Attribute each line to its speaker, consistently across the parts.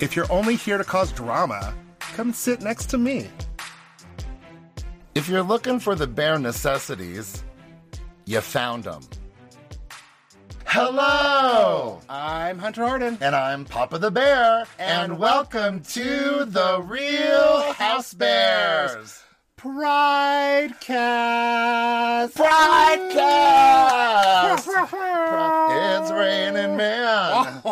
Speaker 1: If you're only here to cause drama, come sit next to me.
Speaker 2: If you're looking for the bare necessities, you found them. Hello!
Speaker 1: I'm Hunter Harden.
Speaker 2: Oh. And I'm Papa the Bear, and welcome to the Real House Bears
Speaker 1: Pride Cast.
Speaker 2: Podcast! It's raining, man.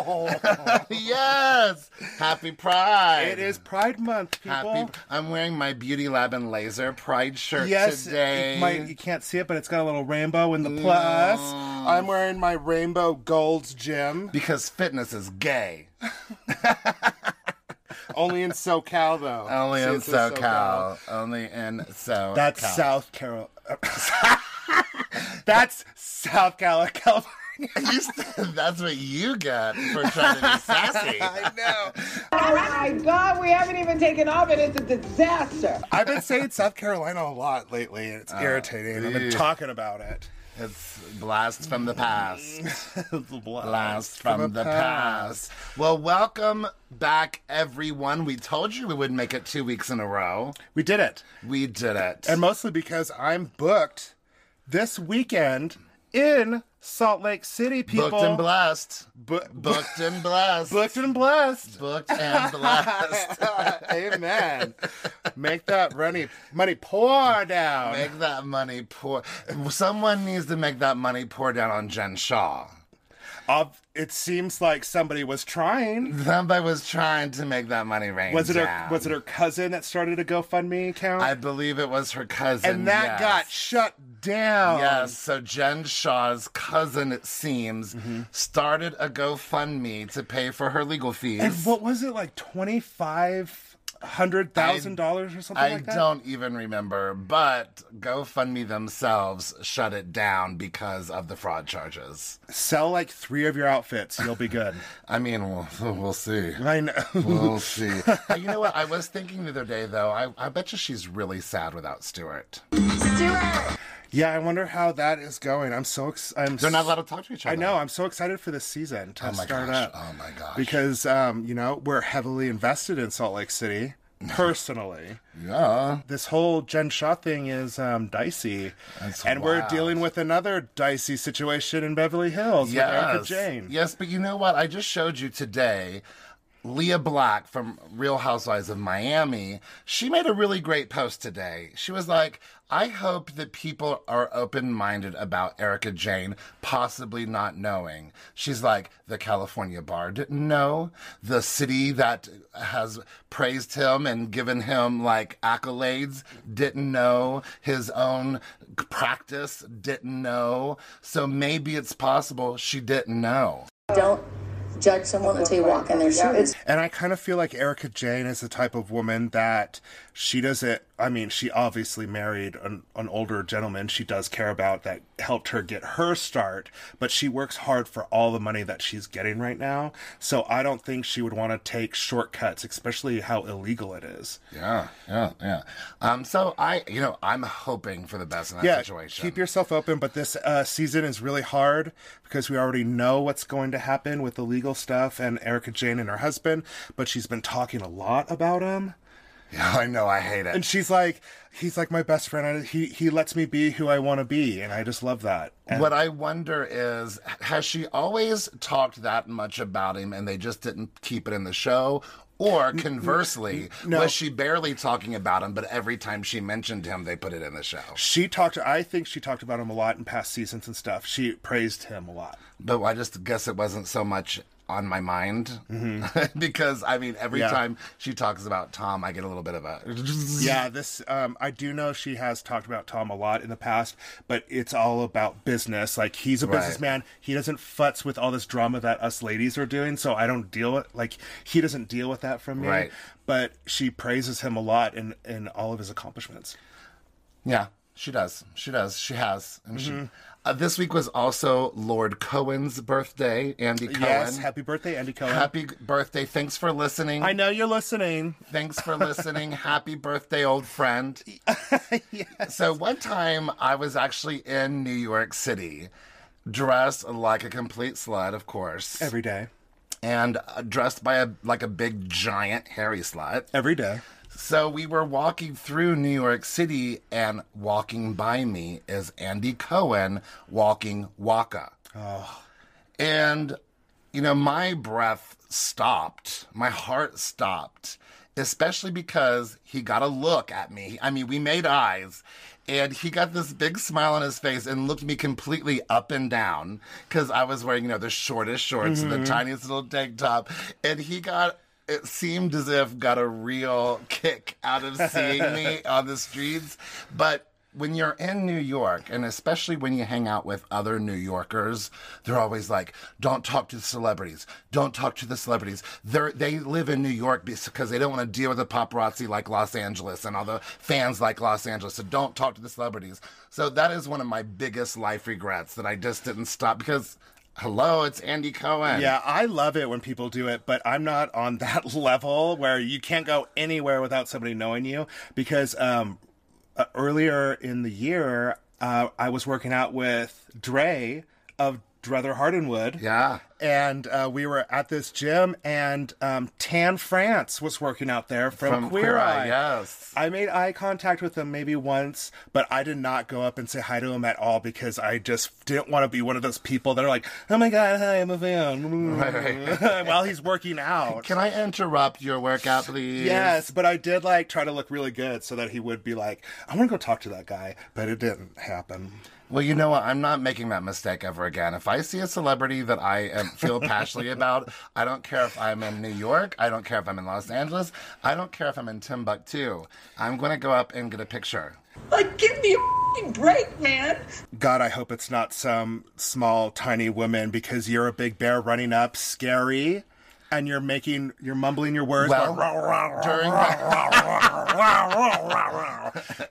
Speaker 2: yes! Happy Pride!
Speaker 1: It is Pride Month, people.
Speaker 2: Happy. I'm wearing my Beauty Lab and Laser Pride shirt
Speaker 1: Yes,
Speaker 2: today.
Speaker 1: it might, you can't see it, but it's got a little rainbow in the plus.
Speaker 2: Mm.
Speaker 1: I'm wearing my rainbow gold's gym,
Speaker 2: because fitness is gay.
Speaker 1: only in SoCal though.
Speaker 2: Only
Speaker 1: See,
Speaker 2: in
Speaker 1: it's in SoCal.
Speaker 2: SoCal. Only in SoCal.
Speaker 1: That's South Carol. That's South Cal- California.
Speaker 2: You st- That's what you get for trying to be sassy.
Speaker 1: I know.
Speaker 3: Oh my God, we haven't even taken off and it's a disaster.
Speaker 1: I've been saying South Carolina a lot lately, and
Speaker 2: Oh,
Speaker 1: it's irritating. I've been
Speaker 2: yeah.
Speaker 1: talking about it.
Speaker 2: It's blast from the past. Blast
Speaker 1: from
Speaker 2: Mm. from
Speaker 1: the
Speaker 2: the past. Well, welcome back, everyone. We told you we would make it two weeks in a row.
Speaker 1: We did it.
Speaker 2: We did it.
Speaker 1: And mostly because I'm booked this weekend in Salt Lake City, people.
Speaker 2: Booked and blessed.
Speaker 1: Bu-
Speaker 2: Booked and blessed.
Speaker 1: booked and blessed.
Speaker 2: Booked and blessed.
Speaker 1: Amen. Make that money, money pour down.
Speaker 2: Make that money pour. Someone needs to make that money pour down on Jen Shaw.
Speaker 1: Ob- it seems like somebody was trying.
Speaker 2: Somebody was trying to make that money rain.
Speaker 1: Was it her?
Speaker 2: down.
Speaker 1: Was it her cousin that started a GoFundMe account?
Speaker 2: I believe it was her cousin.
Speaker 1: and that
Speaker 2: yes.
Speaker 1: got shut down.
Speaker 2: Yes, so Jen Shaw's cousin, it seems,
Speaker 1: Mm-hmm.
Speaker 2: started a GoFundMe to pay for her legal fees.
Speaker 1: And what was it like twenty five hundred thousand dollars or something
Speaker 2: I
Speaker 1: like that?
Speaker 2: don't even remember, but GoFundMe themselves shut it down because of the fraud charges.
Speaker 1: Sell like three of your outfits, you'll be good.
Speaker 2: I mean, we'll, we'll see.
Speaker 1: I know.
Speaker 2: We'll see. Uh, you know what? I was thinking the other day, though, I, I bet you she's really sad without Stuart.
Speaker 1: Yeah, I wonder how that is going. I'm so ex- I'm
Speaker 2: They're not allowed to talk to each other.
Speaker 1: I know. I'm so excited for this season to
Speaker 2: Oh my
Speaker 1: start
Speaker 2: gosh.
Speaker 1: up.
Speaker 2: Oh my gosh.
Speaker 1: Because um, you know we're heavily invested in Salt Lake City personally.
Speaker 2: Yeah.
Speaker 1: this whole Jen Shaw thing is um, dicey,
Speaker 2: That's
Speaker 1: and we're
Speaker 2: wild.
Speaker 1: dealing with another dicey situation in Beverly Hills with Erica Jane.
Speaker 2: Yes, but you know what? I just showed you today. Leah Black from Real Housewives of Miami, she made a really great post today. She was like, I hope that people are open minded about Erica Jane possibly not knowing. She's like, the California bar didn't know. The city that has praised him and given him like accolades didn't know. His own practice didn't know. So maybe it's possible she didn't know.
Speaker 4: Don't judge someone until you walk in their shoes.
Speaker 1: And I kind of feel like Erica Jane is the type of woman that she doesn't. I mean, she obviously married an, an older gentleman she does care about that helped her get her start, but she works hard for all the money that she's getting right now. So I don't think she would want to take shortcuts, especially how illegal it is.
Speaker 2: Yeah, yeah, yeah. Um, so I, you know, I'm hoping for the best in that situation.
Speaker 1: Keep yourself open, but this uh, season is really hard because we already know what's going to happen with the legal stuff and Erica Jane and her husband, but she's been talking a lot about him.
Speaker 2: Yeah, I know, I hate it.
Speaker 1: And she's like, he's like my best friend. I, he he lets me be who I want to be, and I just love that. And
Speaker 2: what I wonder is, has she always talked that much about him, and they just didn't keep it in the show? Or conversely, was she barely talking about him, but every time she mentioned him, they put it in the show?
Speaker 1: she talked. I think she talked about him a lot in past seasons and stuff. She praised him a lot.
Speaker 2: But I just guess it wasn't so much on my mind because I mean, every
Speaker 1: Mm-hmm. Yeah.
Speaker 2: time she talks about Tom, I get a little bit of a
Speaker 1: Yeah, this um, I do know she has talked about Tom a lot in the past, but it's all about business. Like he's a
Speaker 2: Right.
Speaker 1: businessman. He doesn't futz with all this drama that us ladies are doing, so I don't deal with like he doesn't deal with that from me.
Speaker 2: Right.
Speaker 1: But she praises him a lot in in all of his accomplishments.
Speaker 2: Yeah, she does. She does. She has. And
Speaker 1: Mm-hmm.
Speaker 2: she, uh, this week was also Lord Cohen's birthday, Andy Cohen.
Speaker 1: Yes, happy birthday, Andy Cohen.
Speaker 2: Happy birthday. Thanks for listening.
Speaker 1: I know you're listening.
Speaker 2: Thanks for listening. Happy birthday, old friend. So, one time I was actually in New York City, dressed like a complete slut, of course.
Speaker 1: Every day.
Speaker 2: and uh, dressed by a like a big giant hairy slut.
Speaker 1: Every day.
Speaker 2: So we were walking through New York City, and walking by me is Andy Cohen walking Waka. And, you know, my breath stopped. My heart stopped, especially because he got a look at me. I mean, we made eyes. And he got this big smile on his face and looked me completely up and down because I was wearing, you know, the shortest shorts and the tiniest little tank top. And he got, it seemed as if, got a real kick out of seeing me on the streets. But when you're in New York, and especially when you hang out with other New Yorkers, they're always like, "Don't talk to the celebrities. Don't talk to the celebrities." They they live in New York because they don't want to deal with the paparazzi like Los Angeles and all the fans like Los Angeles. So don't talk to the celebrities. So that is one of my biggest life regrets that I just didn't stop because, hello, it's Andy Cohen.
Speaker 1: Yeah, I love it when people do it, but I'm not on that level where you can't go anywhere without somebody knowing you. Because um, uh, earlier in the year, uh, I was working out with Dre of Druther Hardenwood.
Speaker 2: Yeah.
Speaker 1: And uh, we were at this gym, and um, Tan France was working out there from,
Speaker 2: From
Speaker 1: Queer,
Speaker 2: Queer Eye,
Speaker 1: Eye.
Speaker 2: yes.
Speaker 1: I made eye contact with him maybe once, but I did not go up and say hi to him at all because I just didn't want to be one of those people that are like, "Oh my god, hi, I'm a fan," while he's working out.
Speaker 2: Can I interrupt your workout, please?
Speaker 1: Yes, but I did like try to look really good so that he would be like, "I want to go talk to that guy," but it didn't happen.
Speaker 2: Well, you know what? I'm not making that mistake ever again. If I see a celebrity that I um, feel passionately about, I don't care if I'm in New York. I don't care if I'm in Los Angeles. I don't care if I'm in Timbuktu. I'm going to go up and get a picture.
Speaker 5: Like, give me a f***ing break, man.
Speaker 1: God, I hope it's not some small, tiny woman because you're a big bear running up, scary, and you're making, you're mumbling your words.
Speaker 2: Well, during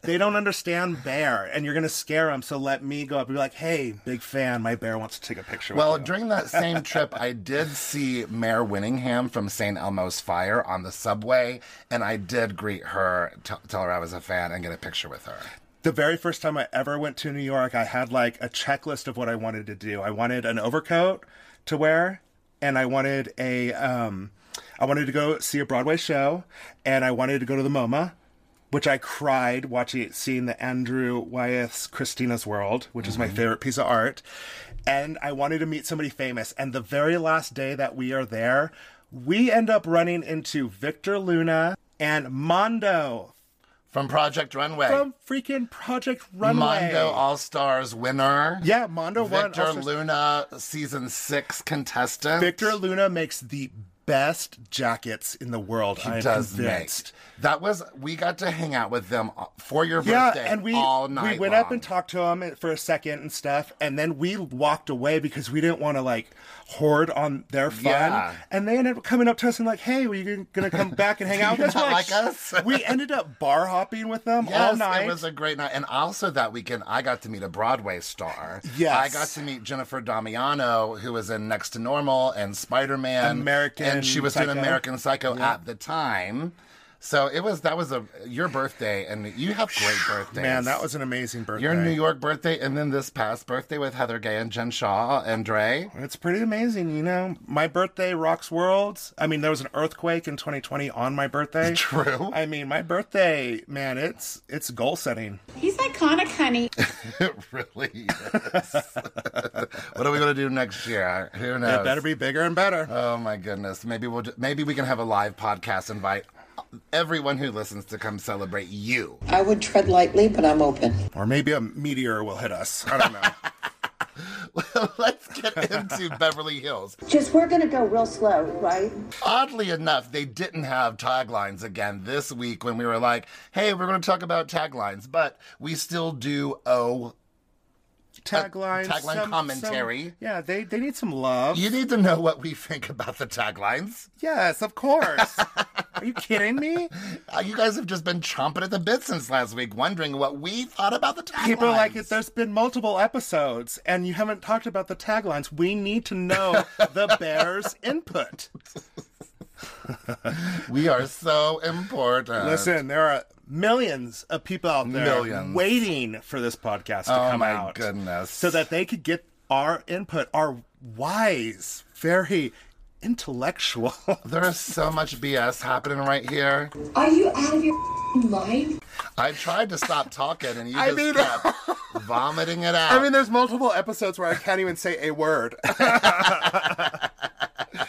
Speaker 1: they don't understand bear, and you're gonna scare them. So let me go up and be like, "Hey, big fan, my bear wants to take a picture."
Speaker 2: Well,
Speaker 1: with you.
Speaker 2: during that same trip, I did see Mayor Winningham from St. Elmo's Fire on the subway, and I did greet her, t- tell her I was a fan, and get a picture with her.
Speaker 1: the very first time I ever went to New York, I had like a checklist of what I wanted to do. I wanted an overcoat to wear, and I wanted a um, I wanted to go see a Broadway show, and I wanted to go to the MoMA, which I cried watching it, seeing the Andrew Wyeth's Christina's World, which is my favorite piece of art, and I wanted to meet somebody famous. And the very last day that we are there, we end up running into Victor Luna and Mondo
Speaker 2: From Project Runway.
Speaker 1: from freaking Project Runway.
Speaker 2: Mondo All Stars winner.
Speaker 1: yeah, Mondo won.
Speaker 2: Victor
Speaker 1: All-Stars.
Speaker 2: Luna, season six contestant.
Speaker 1: Victor Luna makes the best jackets in the world. I am
Speaker 2: does
Speaker 1: convinced.
Speaker 2: next. That was we got to hang out with them for your
Speaker 1: Yeah,
Speaker 2: birthday
Speaker 1: and we
Speaker 2: all night.
Speaker 1: we went up
Speaker 2: long.
Speaker 1: and talked to him for a second and stuff, and then we walked away because we didn't want to like hoard on their fun.
Speaker 2: Yeah.
Speaker 1: And they ended up coming up to us and like, "Hey, were you gonna come back and hang out with us?"
Speaker 2: You not like us?
Speaker 1: we ended up bar hopping with them
Speaker 2: Yes,
Speaker 1: all night.
Speaker 2: it was a great night. And also that weekend, I got to meet a Broadway star.
Speaker 1: Yes.
Speaker 2: I got to meet Jennifer Damiano, who was in Next to Normal and Spider Man.
Speaker 1: American
Speaker 2: And she was doing
Speaker 1: Psycho.
Speaker 2: American Psycho at the time. So it was, that was a your birthday, and you have great birthdays.
Speaker 1: Man, that was an amazing birthday.
Speaker 2: Your New York birthday, and then this past birthday with Heather Gay and Jen Shaw and Dre.
Speaker 1: It's pretty amazing, you know. My birthday rocks worlds. I mean, there was an earthquake in 2020 on my birthday.
Speaker 2: True.
Speaker 1: I mean, my birthday, man, it's it's goal setting.
Speaker 6: He's iconic, honey.
Speaker 2: It really is. what are we going to do next year? Who knows?
Speaker 1: It better be bigger and better.
Speaker 2: Oh my goodness. Maybe we'll do, maybe we can have a live podcast invite everyone who listens to come celebrate you.
Speaker 4: I would tread lightly, but I'm open.
Speaker 1: or maybe a meteor will hit us. I don't know.
Speaker 2: Let's get into Beverly Hills.
Speaker 7: Just we're gonna go real slow, right?
Speaker 2: Oddly enough, they didn't have taglines again this week when we were like, "Hey, we're going to talk about taglines," but we still do owe
Speaker 1: Tagline,
Speaker 2: tagline commentary.
Speaker 1: yeah, they they need some love.
Speaker 2: you need to know what we think about the taglines.
Speaker 1: yes, of course. Are you kidding me?
Speaker 2: Uh, you guys have just been chomping at the bit since last week, wondering what we thought about the taglines.
Speaker 1: People are like, there's been multiple episodes and you haven't talked about the taglines. We need to know the bear's input.
Speaker 2: we are so important.
Speaker 1: Listen, there are millions of people out there
Speaker 2: Millions.
Speaker 1: waiting for this podcast to
Speaker 2: Oh
Speaker 1: come
Speaker 2: my
Speaker 1: out.
Speaker 2: goodness.
Speaker 1: So that they could get our input, our wise, very intellectual.
Speaker 2: There is so much BS happening right here.
Speaker 6: Are you out of your mind?
Speaker 2: I tried to stop talking and you
Speaker 1: I
Speaker 2: just
Speaker 1: mean-
Speaker 2: kept vomiting it out.
Speaker 1: I mean, there's multiple episodes where I can't even say a word. uh,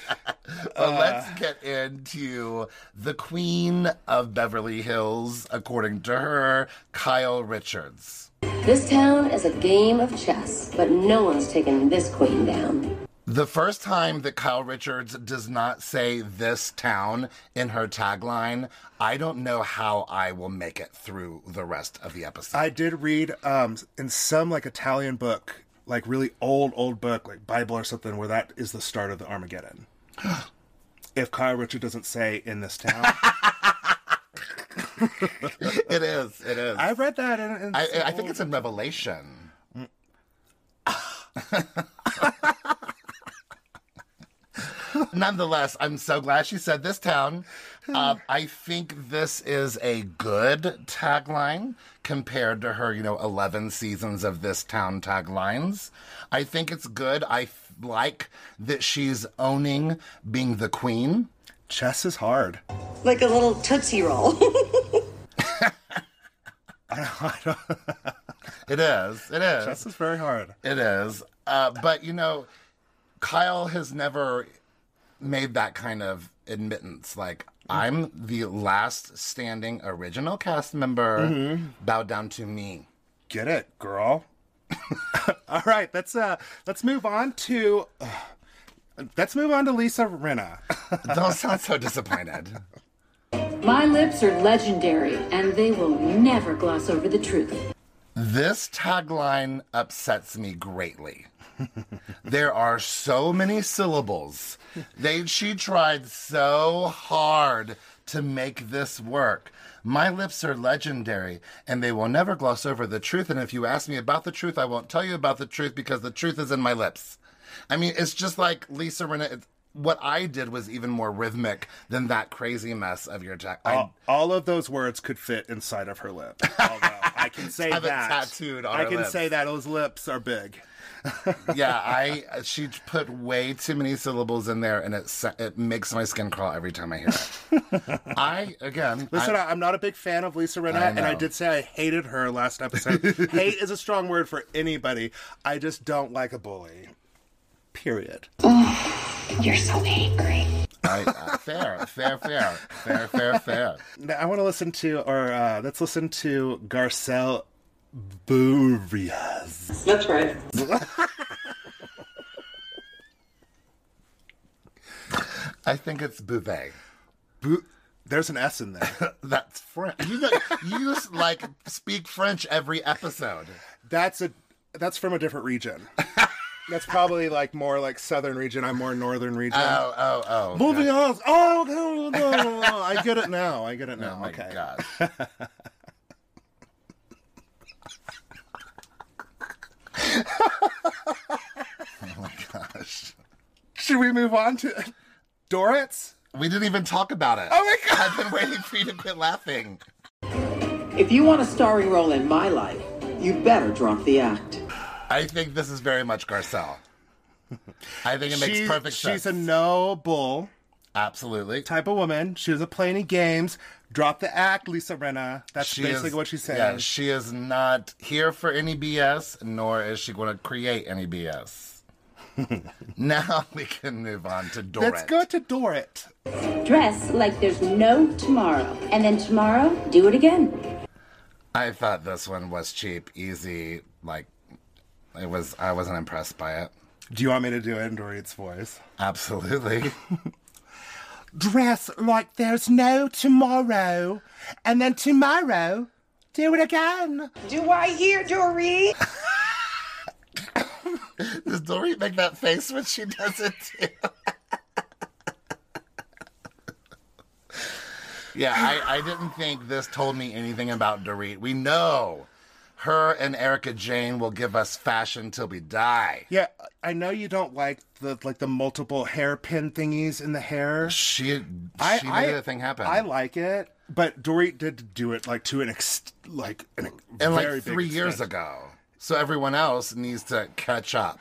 Speaker 2: But let's get into the queen of Beverly Hills, according to her, Kyle Richards.
Speaker 8: This town is a game of chess, but no one's taking this queen down.
Speaker 2: The first time that Kyle Richards does not say this town in her tagline, I don't know how I will make it through the rest of the episode.
Speaker 1: I did read um, in some like Italian book, like really old, old book, like Bible or something, where that is the start of the Armageddon. if Kyle Richard doesn't say in this town,
Speaker 2: it is, it is.
Speaker 1: I
Speaker 2: I,
Speaker 1: read that in. in
Speaker 2: I,
Speaker 1: some
Speaker 2: think
Speaker 1: old-
Speaker 2: it's in Revelation. Nonetheless, I'm so glad she said this town. Um, I think this is a good tagline compared to her, you know, 11 seasons of this town taglines. I think it's good. I f- like that she's owning being the queen.
Speaker 1: chess is hard.
Speaker 6: Like a little Tootsie Roll.
Speaker 2: It is. It is.
Speaker 1: Chess is very hard.
Speaker 2: It is. Uh, but, you know, Kyle has never made that kind of admittance. Like, I'm the last standing original cast member. Bow down to me.
Speaker 1: Get it, girl. All right, let's uh, let's move on to. uh, Let's move on to Lisa Rinna.
Speaker 2: Don't sound so disappointed.
Speaker 8: My lips are legendary, and they will never gloss over the truth.
Speaker 2: This tagline upsets me greatly. there are so many syllables. They she tried so hard to make this work. My lips are legendary and they will never gloss over the truth and if you ask me about the truth I won't tell you about the truth because the truth is in my lips. I mean it's just like Lisa Rinna it- what I did was even more rhythmic than that crazy mess of your tag. I-
Speaker 1: All, all of those words could fit inside of her lip. Although I can say
Speaker 2: have it
Speaker 1: that
Speaker 2: tattooed on
Speaker 1: I
Speaker 2: her
Speaker 1: can
Speaker 2: lips.
Speaker 1: say that those lips are big.
Speaker 2: yeah, I she put way too many syllables in there, and it sa- it makes my skin crawl every time I hear it. I again,
Speaker 1: Listen,
Speaker 2: I-
Speaker 1: I, I'm not a big fan of Lisa Rinna,
Speaker 2: I
Speaker 1: and I
Speaker 2: know.
Speaker 1: did say I hated her last episode. Hate is a strong word for anybody. I just don't like a bully. Period.
Speaker 6: You're so angry.
Speaker 2: I, I- fair, fair, fair, fair, fair, fair.
Speaker 1: Now I want to listen to, or uh, let's listen to Garcelle Bourias.
Speaker 5: That's right.
Speaker 2: I think it's bouvet.
Speaker 1: Bou- There's an S in there.
Speaker 2: That's French. You know, you s- like speak French every episode.
Speaker 1: That's a that's from a different region. That's probably like more like southern region. I'm more northern region.
Speaker 2: Oh, oh, oh.
Speaker 1: Moving on. Oh no, no, no, no. I get it now. I get it now.
Speaker 2: Oh my
Speaker 1: okay.
Speaker 2: god. oh my gosh.
Speaker 1: Should we move on to Dorrit's?
Speaker 2: We didn't even talk about it.
Speaker 1: Oh my God.
Speaker 2: I've been waiting for you to quit laughing.
Speaker 4: If you want a starring role in my life, you better drop the act.
Speaker 2: I think this is very much Garcelle. I think it makes
Speaker 1: She-
Speaker 2: perfect sense.
Speaker 1: She's a noble
Speaker 2: Absolutely.
Speaker 1: type of woman. She doesn't play any games. Drop the act, Lisa Renna. That's
Speaker 2: She
Speaker 1: basically
Speaker 2: is-
Speaker 1: what she's saying.
Speaker 2: Yeah, she is not here for any BS, nor is she going to create any BS. now we can move on to Dorit.
Speaker 1: Let's go to Dorit.
Speaker 8: Dress like there's no tomorrow, and then tomorrow, do it again.
Speaker 2: I thought this one was cheap, easy. Like it was. I wasn't impressed by it.
Speaker 1: Do you want me to do it in Dorit's voice?
Speaker 2: Absolutely.
Speaker 1: Dress like there's no tomorrow, and then tomorrow, do it again.
Speaker 3: Do I hear Dory?
Speaker 2: Does Dory make that face when she does it too? yeah, I, I didn't think this told me anything about Dorit. We know her and Erica Jane will give us fashion till we die.
Speaker 1: Yeah, I know you don't like the like the multiple hairpin thingies in the hair.
Speaker 2: She she made the thing happen.
Speaker 1: I like it, but Dorit did do it like to an ex like an ex-
Speaker 2: and
Speaker 1: very
Speaker 2: like
Speaker 1: big
Speaker 2: three years
Speaker 1: extent.
Speaker 2: ago. So everyone else needs to catch up.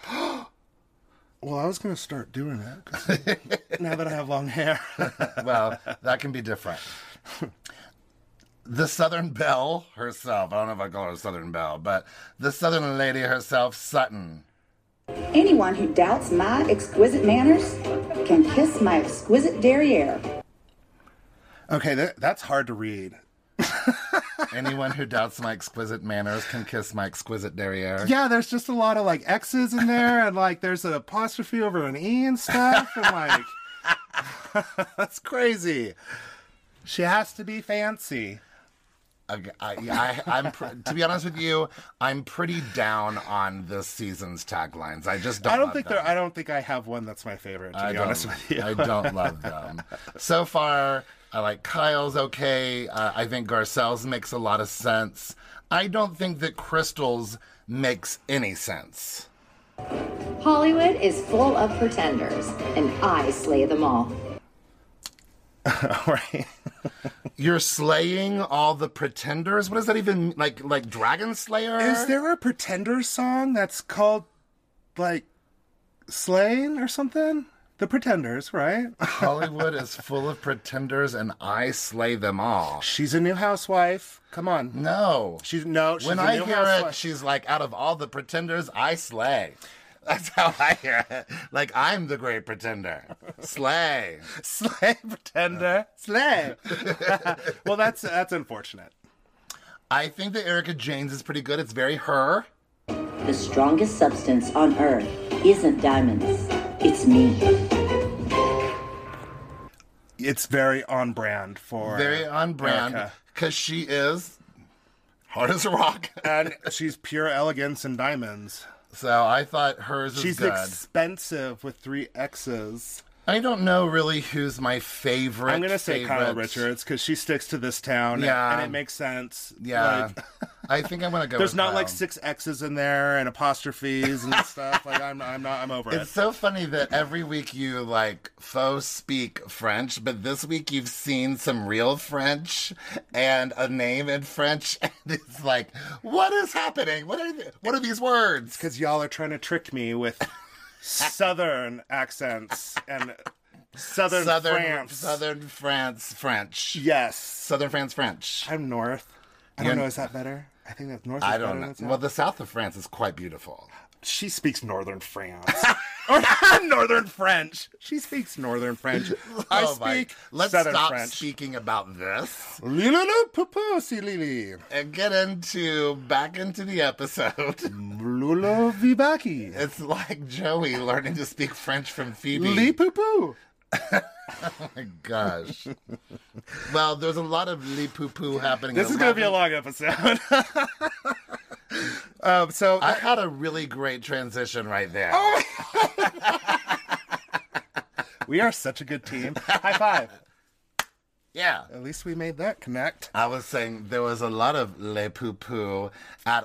Speaker 1: Well, I was going to start doing that 'cause now that I have long hair.
Speaker 2: well, that can be different. The Southern Belle herself, I don't know if I call her Southern Belle, but the Southern lady herself, Sutton.
Speaker 7: Anyone who doubts my exquisite manners can kiss my exquisite derriere.
Speaker 1: okay, that, that's hard to read.
Speaker 2: Anyone who doubts my exquisite manners can kiss my exquisite derriere.
Speaker 1: Yeah, there's just a lot of like X's in there, and like there's an apostrophe over an E and stuff, and like that's crazy. She has to be fancy.
Speaker 2: I, I, am pr- to be honest with you, I'm pretty down on this season's taglines. I just don't.
Speaker 1: I don't
Speaker 2: love
Speaker 1: think
Speaker 2: them.
Speaker 1: there. I don't think I have one that's my favorite. To
Speaker 2: I
Speaker 1: be
Speaker 2: don't-
Speaker 1: honest with you,
Speaker 2: I don't love them. So far, I like Kyle's okay. Uh, I think Garcelle's makes a lot of sense. I don't think that Crystal's makes any sense.
Speaker 9: Hollywood is full of pretenders, and I slay them all.
Speaker 1: right?
Speaker 2: You're slaying all the pretenders. What does that even like? Like Dragon Slayer?
Speaker 1: Is there a Pretender song that's called like Slain or something? The Pretenders, right?
Speaker 2: Hollywood is full of pretenders, and I slay them all.
Speaker 1: She's a new housewife. Come on.
Speaker 2: No.
Speaker 1: She's no. She's
Speaker 2: when
Speaker 1: a
Speaker 2: I
Speaker 1: new
Speaker 2: hear it,
Speaker 1: housewife.
Speaker 2: she's like, out of all the pretenders, I slay. That's how I hear it. Like, I'm the great pretender. Slay.
Speaker 1: Slay Pretender. Slay. well, that's that's unfortunate.
Speaker 2: I think that Erica Janes is pretty good. It's very her.
Speaker 9: The strongest substance on earth isn't diamonds, it's me.
Speaker 1: It's very on brand for
Speaker 2: Very on brand.
Speaker 1: Uh, Erica.
Speaker 2: Because she is hard as a rock.
Speaker 1: and she's pure elegance and diamonds.
Speaker 2: so I thought hers is
Speaker 1: She's
Speaker 2: good.
Speaker 1: expensive with three X's.
Speaker 2: I don't know really who's my favorite.
Speaker 1: I'm gonna say Kyle
Speaker 2: favorite.
Speaker 1: Richards because she sticks to this town,
Speaker 2: Yeah.
Speaker 1: and it makes sense.
Speaker 2: Yeah.
Speaker 1: Like,
Speaker 2: I think I'm going to go
Speaker 1: there's
Speaker 2: with
Speaker 1: not
Speaker 2: Kyle.
Speaker 1: like six X's in there and apostrophes and stuff. Like I'm, I'm not, I'm over
Speaker 2: It's so funny that every week you like faux speak French, but this week you've seen some real French and a name in French, and it's like, what is happening? What are th- what are these words?
Speaker 1: because y'all are trying to trick me with southern accents and southern,
Speaker 2: Southern
Speaker 1: France.
Speaker 2: Southern France French.
Speaker 1: yes,
Speaker 2: Southern France French.
Speaker 1: I'm north. I don't
Speaker 2: You're-
Speaker 1: know. Is that better? I think that's north.
Speaker 2: I
Speaker 1: is better
Speaker 2: don't
Speaker 1: than
Speaker 2: know.
Speaker 1: south.
Speaker 2: Well, the south of France is quite beautiful.
Speaker 1: she speaks northern France. or northern French. She speaks northern French. I
Speaker 2: Oh, my-
Speaker 1: speak
Speaker 2: Let's
Speaker 1: southern
Speaker 2: stop
Speaker 1: French.
Speaker 2: speaking about this
Speaker 1: Lilo Popo si Lili.
Speaker 2: and get into back into the episode.
Speaker 1: Mm. Lulo Vibaki.
Speaker 2: It's like Joey learning to speak French from Phoebe.
Speaker 1: Li Poopoo.
Speaker 2: Oh my gosh. well, there's a lot of lee poo poo happening.
Speaker 1: This
Speaker 2: I
Speaker 1: is going
Speaker 2: love
Speaker 1: to be a
Speaker 2: it.
Speaker 1: long episode. um, so,
Speaker 2: I had a really great transition right there.
Speaker 1: Oh we are such a good team. High five.
Speaker 2: Yeah.
Speaker 1: At least we made that connect.
Speaker 2: I was saying there was a lot of le poo poo at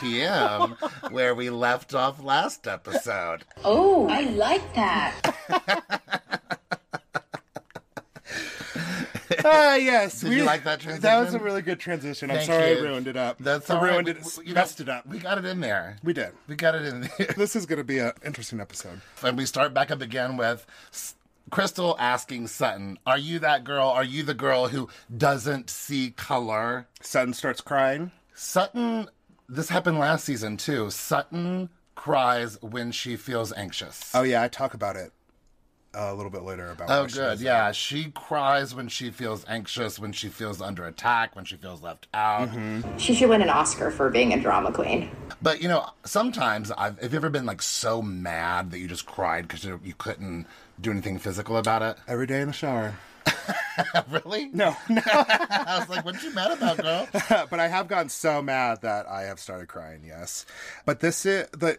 Speaker 2: p.m. where we left off last episode.
Speaker 6: Oh, I like that.
Speaker 1: Ah, yes.
Speaker 2: Did you like that transition?
Speaker 1: That was a really good transition. I'm
Speaker 2: Thank
Speaker 1: sorry
Speaker 2: you.
Speaker 1: I ruined it up.
Speaker 2: That's
Speaker 1: I
Speaker 2: all right.
Speaker 1: ruined
Speaker 2: We-
Speaker 1: it,
Speaker 2: we- you know,
Speaker 1: messed it up.
Speaker 2: We got it in there.
Speaker 1: we did.
Speaker 2: We got it in there.
Speaker 1: This is going to be an interesting episode.
Speaker 2: And we start back up again with S- Crystal asking Sutton, Are you that girl? Are you the girl who doesn't see color?
Speaker 1: Sutton starts crying.
Speaker 2: Sutton, this happened last season too. Sutton cries when she feels anxious.
Speaker 1: Oh yeah, I talk about it a little bit later about.
Speaker 2: Oh,
Speaker 1: why she
Speaker 2: good.
Speaker 1: does that.
Speaker 2: Yeah. She cries when she feels anxious, when she feels under attack, when she feels left out.
Speaker 1: Mm-hmm.
Speaker 9: She should win an Oscar for being a drama queen.
Speaker 2: But, you know, sometimes I've, have you ever been like so mad that you just cried because you you couldn't do anything physical about it?
Speaker 1: Every day in the shower.
Speaker 2: really?
Speaker 1: No, no.
Speaker 2: I was like, what you mad about, girl?
Speaker 1: but I have gotten so mad that I have started crying. Yes, but this is the.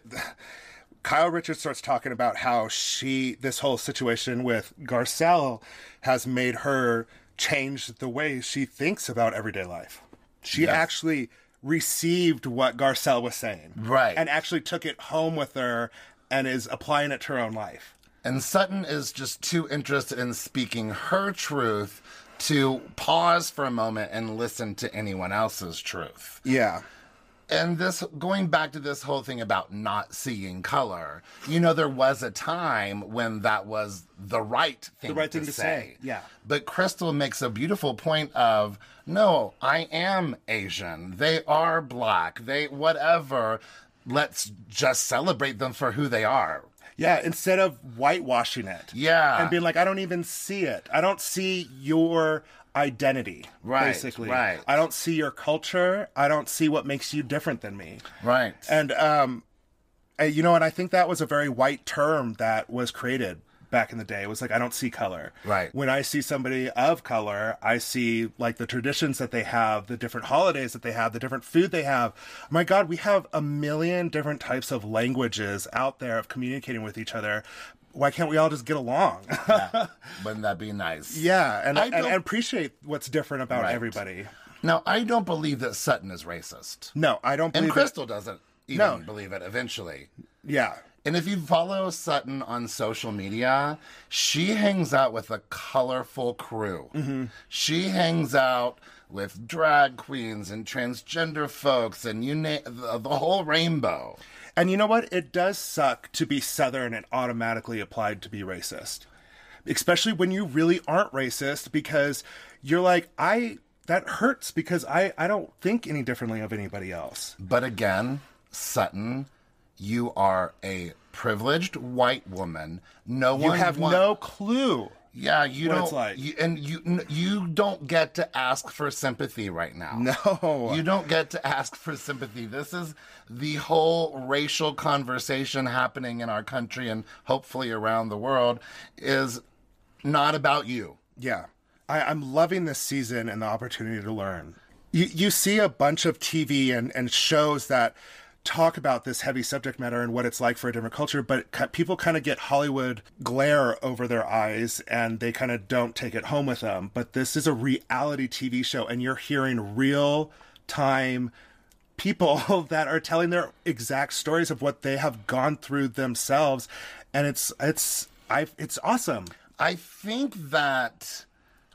Speaker 1: Kyle Richards starts talking about how she, this whole situation with Garcelle, has made her change the way she thinks about everyday life. She actually received what Garcelle was saying,
Speaker 2: Right.
Speaker 1: and actually took it home with her and is applying it to her own life.
Speaker 2: And Sutton is just too interested in speaking her truth to pause for a moment and listen to anyone else's truth.
Speaker 1: Yeah.
Speaker 2: and this going back to this whole thing about not seeing color you know there was a time when that was the right thing
Speaker 1: right
Speaker 2: to
Speaker 1: thing to say, yeah.
Speaker 2: but crystal makes a beautiful point of no i am asian they are black they whatever let's just celebrate them for who they are
Speaker 1: Yeah, instead of whitewashing it.
Speaker 2: Yeah.
Speaker 1: And being like, I don't even see it. I don't see your identity.
Speaker 2: Right,
Speaker 1: Basically.
Speaker 2: right.
Speaker 1: I don't see your culture. I don't see what makes you different than me.
Speaker 2: right
Speaker 1: And um uh, you know, and I think that was a very white term that was created back in the day. It was like I don't see color.
Speaker 2: Right.
Speaker 1: When I see somebody of color, I see like the traditions that they have, the different holidays that they have, the different food they have. My god, we have a million different types of languages out there of communicating with each other. Why can't we all just get along?
Speaker 2: wouldn't that be nice
Speaker 1: yeah, and,
Speaker 2: I
Speaker 1: and,
Speaker 2: don't-
Speaker 1: and appreciate what's different about
Speaker 2: Right.
Speaker 1: everybody.
Speaker 2: now i don't believe that sutton is racist
Speaker 1: No, I don't believe
Speaker 2: and
Speaker 1: it-
Speaker 2: crystal doesn't even
Speaker 1: No.
Speaker 2: believe it eventually
Speaker 1: Yeah.
Speaker 2: And if you follow Sutton on social media, she hangs out with a colorful crew.
Speaker 1: Mm-hmm.
Speaker 2: She hangs out with drag queens and transgender folks and you name the, the whole rainbow.
Speaker 1: And you know what? It does suck to be Southern and automatically applied to be racist, especially when you really aren't racist because you're like, I. That hurts because I, I don't think any differently of anybody else.
Speaker 2: But again, Sutton, you are a privileged white woman. No
Speaker 1: You
Speaker 2: one
Speaker 1: have
Speaker 2: wa-
Speaker 1: no clue.
Speaker 2: yeah. You
Speaker 1: what
Speaker 2: don't
Speaker 1: it's like.
Speaker 2: you- and you n- you don't get to ask for sympathy right now.
Speaker 1: No.
Speaker 2: You don't get to ask for sympathy. This is the whole racial conversation happening in our country and hopefully around the world is not about you.
Speaker 1: Yeah. I, I'm loving this season and the opportunity to learn. You, you see a bunch of TV and, and shows that talk about this heavy subject matter and what it's like for a different culture, but ki- people kind of get Hollywood glare over their eyes and they kind of don't take it home with them. But this is a reality TV show and you're hearing real time people that are telling their exact stories of what they have gone through themselves and it's it's I it's awesome.
Speaker 2: I think that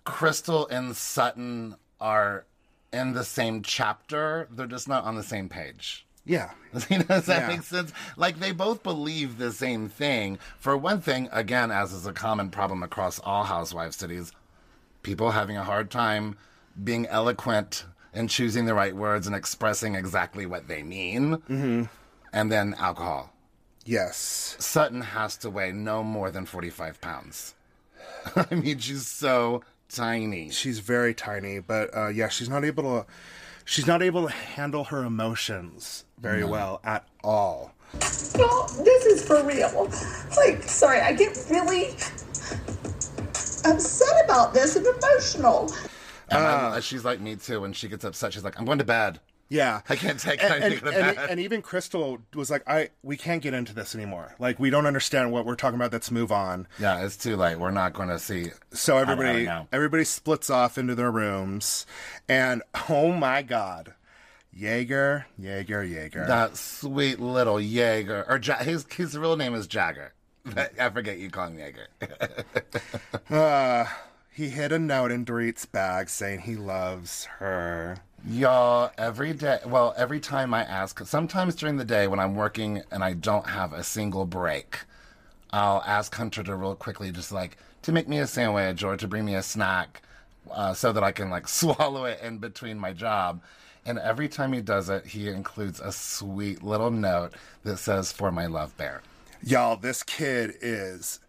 Speaker 2: Crystal and Sutton are in the same chapter. They're just not on the same page.
Speaker 1: Yeah.
Speaker 2: You know, does that
Speaker 1: Yeah.
Speaker 2: make sense? Like they both believe the same thing. For one thing, again, as is a common problem across all housewife cities, people having a hard time being eloquent and choosing the right words and expressing exactly what they mean. Mm-hmm. And then alcohol.
Speaker 1: Yes.
Speaker 2: Sutton has to weigh no more than forty-five pounds. I mean, she's so tiny.
Speaker 1: she's very tiny, but uh, yeah, she's not able to. She's not able to handle her emotions very well at all.
Speaker 5: No, this is for real. Like, sorry, I get really upset about this and emotional.
Speaker 2: And
Speaker 1: Ah.
Speaker 2: I- she's like me too. When she gets upset, she's like, "I'm going to bed."
Speaker 1: Yeah,
Speaker 2: I can't take
Speaker 1: and, and,
Speaker 2: anything of that.
Speaker 1: and, e-, and even Crystal was like, "I we can't get into this anymore. Like we don't understand what we're talking about. Let's move on."
Speaker 2: Yeah, it's too late. We're not going to see.
Speaker 1: So everybody
Speaker 2: know.
Speaker 1: everybody splits off into their rooms, and oh my god, Jaeger, Jaeger, Jaeger.
Speaker 2: That sweet little Jaeger, or ja- his his real name is Jagger. I forget you call him Jaeger.
Speaker 1: he hid a note in Dorit's bag saying he loves her.
Speaker 2: Y'all, every day, well, every time I ask, sometimes during the day when I'm working and I don't have a single break, I'll ask Hunter to real quickly, just like to make me a sandwich or to bring me a snack, uh, so that I can like swallow it in between my job. And every time he does it, he includes a sweet little note that says "For my love bear."
Speaker 1: Y'all, this kid is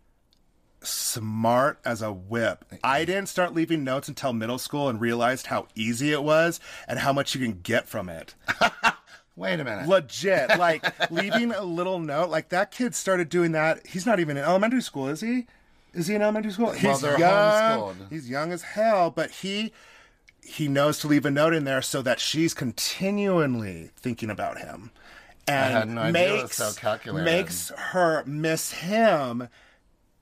Speaker 1: smart as a whip. I didn't start leaving notes until middle school and realized how easy it was and how much you can get from it.
Speaker 2: Wait a minute.
Speaker 1: Legit, like leaving a little note, like that kid started doing that. He's not even in elementary school, is he? Is he in elementary school? He's
Speaker 2: they're
Speaker 1: young.
Speaker 2: homeschooled.
Speaker 1: He's young as hell, but he he knows to leave a note in there so that she's continually thinking about him. And
Speaker 2: had no idea it was
Speaker 1: makes,
Speaker 2: so calculated.
Speaker 1: makes her miss him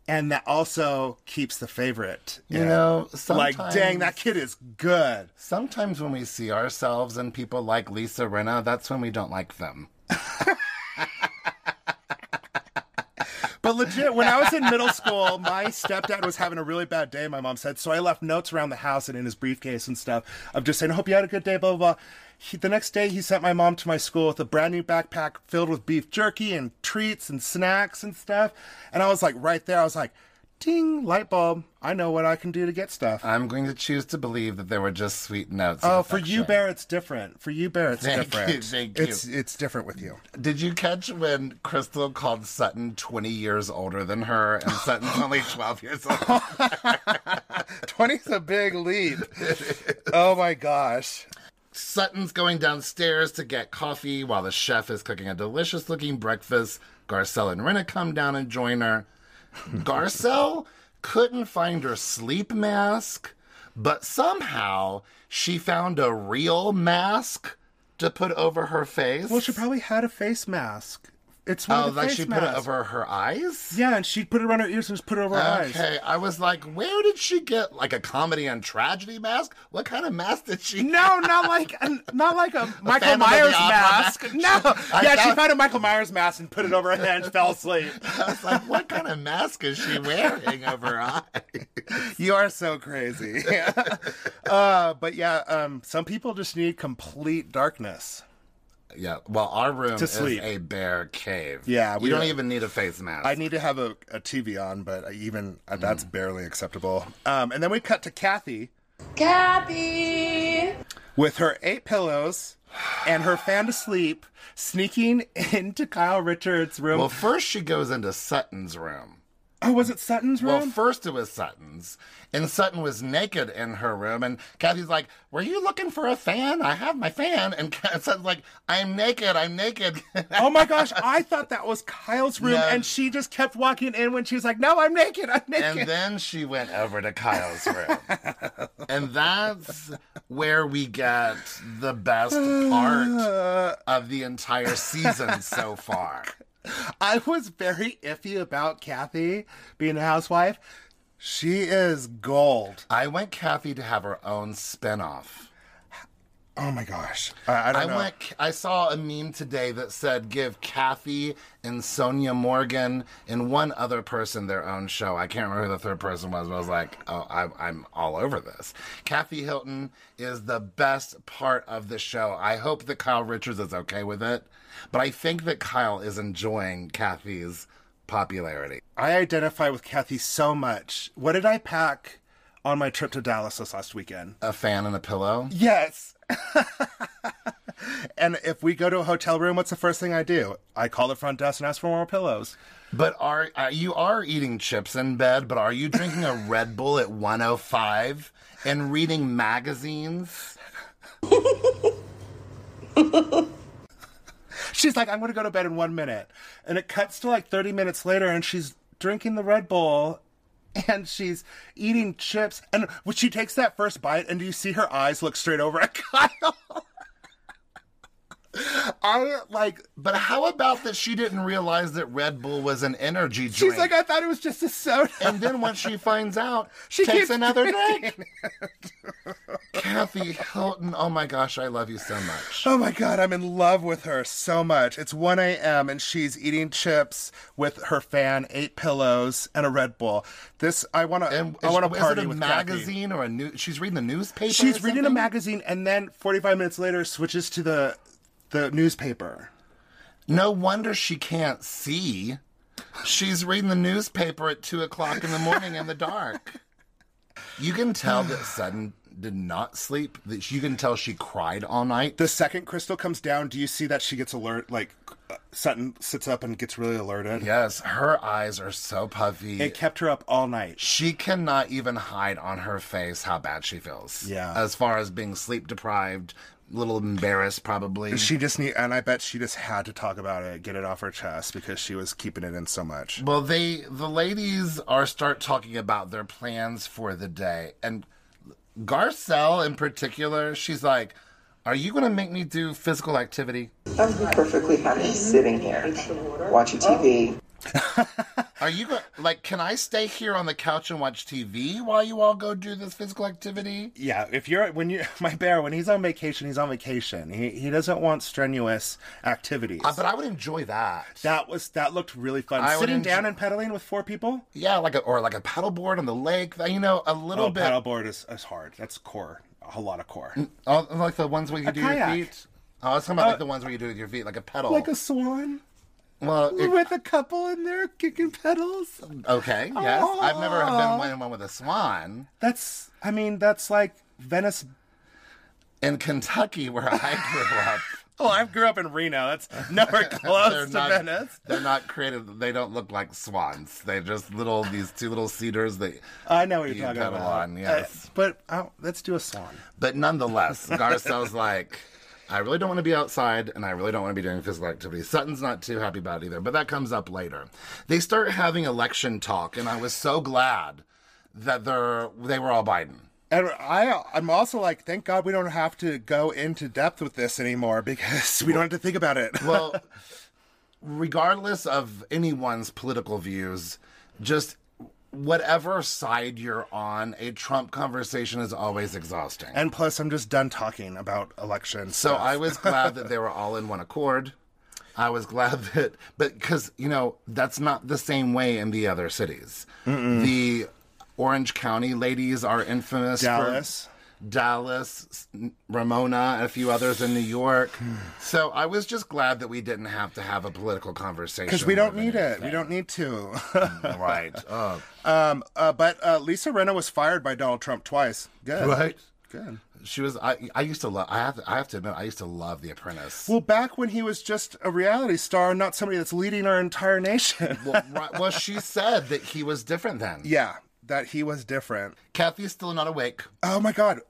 Speaker 1: and that also keeps the favorite.
Speaker 2: You
Speaker 1: in.
Speaker 2: know,
Speaker 1: like dang,
Speaker 2: sometimes-
Speaker 1: that kid is good.
Speaker 2: Sometimes when we see ourselves and people like Lisa Rinna, that's when we don't like them.
Speaker 1: But legit, when I was in middle school, my stepdad was having a really bad day, my mom said. So I left notes around the house and in his briefcase and stuff of just saying, Hope you had a good day, blah, blah, blah. He, the next day, he sent my mom to my school with a brand new backpack filled with beef jerky and treats and snacks and stuff. And I was like, right there, I was like, ding, light bulb. I know what I can do to get stuff.
Speaker 2: I'm going to choose to believe that there were just sweet notes.
Speaker 1: Oh,
Speaker 2: of
Speaker 1: for you,
Speaker 2: affection.
Speaker 1: Bear, it's different. For you, Bear, it's
Speaker 2: Thank
Speaker 1: different.
Speaker 2: you, thank
Speaker 1: It's
Speaker 2: you.
Speaker 1: it's different with you.
Speaker 2: Did you catch when Crystal called Sutton 20 years older than her and Sutton's only 12 years old?
Speaker 1: Twenty's a big leap. oh my gosh.
Speaker 2: Sutton's going downstairs to get coffee while the chef is cooking a delicious looking breakfast. Garcelle and Rena come down and join her. Garcelle couldn't find her sleep mask, but somehow she found a real mask to put over her face.
Speaker 1: Well, she probably had a face mask. It's one
Speaker 2: Oh,
Speaker 1: of the
Speaker 2: like
Speaker 1: face
Speaker 2: she
Speaker 1: masks.
Speaker 2: put it over her eyes?
Speaker 1: Yeah, and she put it around her ears and just put it over her eyes.
Speaker 2: Okay, I was like, where did she get like a comedy and tragedy mask? What kind of mask did she?
Speaker 1: No, not like an, not like a Michael
Speaker 2: Phantom of the
Speaker 1: Myers
Speaker 2: Opera
Speaker 1: mask.
Speaker 2: mask.
Speaker 1: No,
Speaker 2: I
Speaker 1: yeah, she
Speaker 2: thought-
Speaker 1: found a Michael Myers mask and put it over her head and fell asleep.
Speaker 2: I was like, what kind of mask is she wearing over her eye?
Speaker 1: You are so crazy. uh, but yeah, um, some people just need complete darkness.
Speaker 2: Yeah, well, our room
Speaker 1: To
Speaker 2: is
Speaker 1: sleep.
Speaker 2: a bear cave.
Speaker 1: Yeah,
Speaker 2: we
Speaker 1: we
Speaker 2: don't
Speaker 1: are-
Speaker 2: even need a face mask.
Speaker 1: I need to have a, a TV on, but I even uh, that's
Speaker 2: Mm.
Speaker 1: barely acceptable. Um, and then we cut to Kathy
Speaker 6: Kathy!
Speaker 1: with her eight pillows and her fan to sleep, sneaking into Kyle Richards' room.
Speaker 2: Well, first she goes into Sutton's room.
Speaker 1: oh, was it Sutton's room?
Speaker 2: Well, first it was Sutton's, and Sutton was naked in her room, and Kathy's like, "Were you looking for a fan? I have my fan." And Ka- Sutton's like, "I'm naked. I'm naked."
Speaker 1: oh my gosh, I thought that was Kyle's room,
Speaker 2: No.
Speaker 1: and she just kept walking in when she was like, "No, I'm naked. I'm naked."
Speaker 2: And then she went over to Kyle's room. and that's where we get the best part of the entire season so far.
Speaker 1: I was very iffy about Kathy being a housewife. She is gold.
Speaker 2: I want Kathy to have her own spinoff.
Speaker 1: Oh my gosh, I, I don't
Speaker 2: I
Speaker 1: know.
Speaker 2: went. I saw a meme today that said, "Give Kathy and Sonia Morgan and one other person their own show." I can't remember who the third person was, but I was like, "Oh, I'm, I'm all over this." Kathy Hilton is the best part of the show. I hope that Kyle Richards is okay with it, but I think that Kyle is enjoying Kathy's popularity.
Speaker 1: I identify with Kathy so much. What did I pack on my trip to Dallas this last weekend?
Speaker 2: A fan and a pillow.
Speaker 1: Yes. and if we go to a hotel room, what's the first thing I do? I call the front desk and ask for more pillows.
Speaker 2: But are, are you are eating chips in bed? But are you drinking a Red Bull at 105 and reading magazines?
Speaker 1: She's like, I'm going to go to bed in one minute. And it cuts to like 30 minutes later, and she's drinking the Red Bull and she's eating chips. And when she takes that first bite, and do you see her eyes look straight over at Kyle? I like,
Speaker 2: But how about that she didn't realize that Red Bull was an energy drink?
Speaker 1: she's like, I thought it was just a soda.
Speaker 2: and then once she finds out,
Speaker 1: She
Speaker 2: she takes
Speaker 1: keeps
Speaker 2: another drink. Kathy Hilton, oh my gosh, I love you so much.
Speaker 1: Oh my god, I'm in love with her so much. It's 1 a.m. and she's eating chips with her fan, eight pillows, and a Red Bull. This I want to.
Speaker 2: And
Speaker 1: I want to
Speaker 2: is- is
Speaker 1: party
Speaker 2: it a
Speaker 1: with Kathy.
Speaker 2: magazine or a new? She's reading the newspaper.
Speaker 1: She's
Speaker 2: or
Speaker 1: reading a
Speaker 2: something?
Speaker 1: magazine and then 45 minutes later switches to the the newspaper.
Speaker 2: No wonder she can't see. She's reading the newspaper at two o'clock in the morning in the dark. You can tell that Sutton did not sleep. That you can tell she cried all night.
Speaker 1: The second Crystal comes down, do you see that she gets alert? Like uh, Sutton sits up and gets really alerted.
Speaker 2: Yes, her eyes are so puffy.
Speaker 1: It kept her up all night.
Speaker 2: she cannot even hide on her face how bad she feels.
Speaker 1: Yeah.
Speaker 2: As far as being sleep deprived, little embarrassed probably.
Speaker 1: She just need, and I bet she just had to talk about it, get it off her chest because she was keeping it in so much.
Speaker 2: Well, they the ladies are start talking about their plans for the day, and Garcelle in particular, she's like, "Are you going to make me do physical activity?"
Speaker 5: I'm perfectly happy sitting here watching TV.
Speaker 2: Are you go- like? Can I stay here on the couch and watch TV while you all go do this physical activity?
Speaker 1: Yeah, if you're when you my bear when he's on vacation, he's on vacation. He he doesn't want strenuous activities.
Speaker 2: Uh, but I would enjoy that.
Speaker 1: that was that looked really fun.
Speaker 2: I would
Speaker 1: Sitting down
Speaker 2: enjoy-
Speaker 1: and pedaling with four people.
Speaker 2: Yeah, like a, or like a paddleboard on the lake. You know, a little
Speaker 1: Oh,
Speaker 2: bit.
Speaker 1: paddleboard is, is hard. That's core. A lot of core.
Speaker 2: Oh, like the ones where you do
Speaker 1: kayak. Uh,
Speaker 2: your feet. Oh, I was talking about like the ones where you do it with your feet, like a pedal.
Speaker 1: Like a swan
Speaker 2: well, it-
Speaker 1: with a couple in there kicking pedals.
Speaker 2: okay, yes. I've never
Speaker 1: Aw.
Speaker 2: been one in one with a swan
Speaker 1: That's I mean that's like Venice.
Speaker 2: in Kentucky where I grew up.
Speaker 1: Oh, I grew up in Reno. That's never
Speaker 2: they're
Speaker 1: close to
Speaker 2: not
Speaker 1: Venice.
Speaker 2: they're not creative. They don't look like swans. They're just little these two little cedars. They,
Speaker 1: I know what you're
Speaker 2: You
Speaker 1: talking
Speaker 2: pedal
Speaker 1: about.
Speaker 2: on, yes.
Speaker 1: Uh, but oh, let's do a swan.
Speaker 2: but nonetheless, Garcelle's like. I really don't want to be outside and I really don't want to be doing physical activity. Sutton's not too happy about it either, but that comes up later. They start having election talk, and I was so glad that they're, they were all Biden.
Speaker 1: And I, I'm also like, thank God we don't have to go into depth with this anymore because we don't have to think about it.
Speaker 2: well, regardless of anyone's political views, just whatever side you're on, a Trump conversation is always exhausting.
Speaker 1: and plus, I'm just done talking about elections.
Speaker 2: so I was glad that they were all in one accord. I was glad that, but because, you know, that's not the same way in the other cities. The Orange County ladies are infamous for-
Speaker 1: Dallas.
Speaker 2: Dallas, Ramona, and a few others in New York. so I was just glad that we didn't have to have a political conversation
Speaker 1: Because we don't need it. We
Speaker 2: more
Speaker 1: don't need to.
Speaker 2: than anything. right. Oh,
Speaker 1: um, uh, but uh, Lisa Renna was fired by Donald Trump twice. Good.
Speaker 2: right.
Speaker 1: Good.
Speaker 2: She was. I. I used to love. I have. To, I have to admit. I used to love The Apprentice.
Speaker 1: Well, back when he was just a reality star and not somebody that's leading our entire nation.
Speaker 2: well, right, well, she said that he was different then.
Speaker 1: yeah, that he was different.
Speaker 2: Kathy's still not awake.
Speaker 1: Oh my god,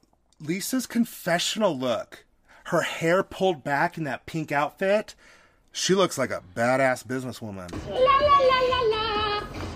Speaker 1: Lisa's confessional look. Her hair pulled back in that pink outfit. She looks like a badass businesswoman.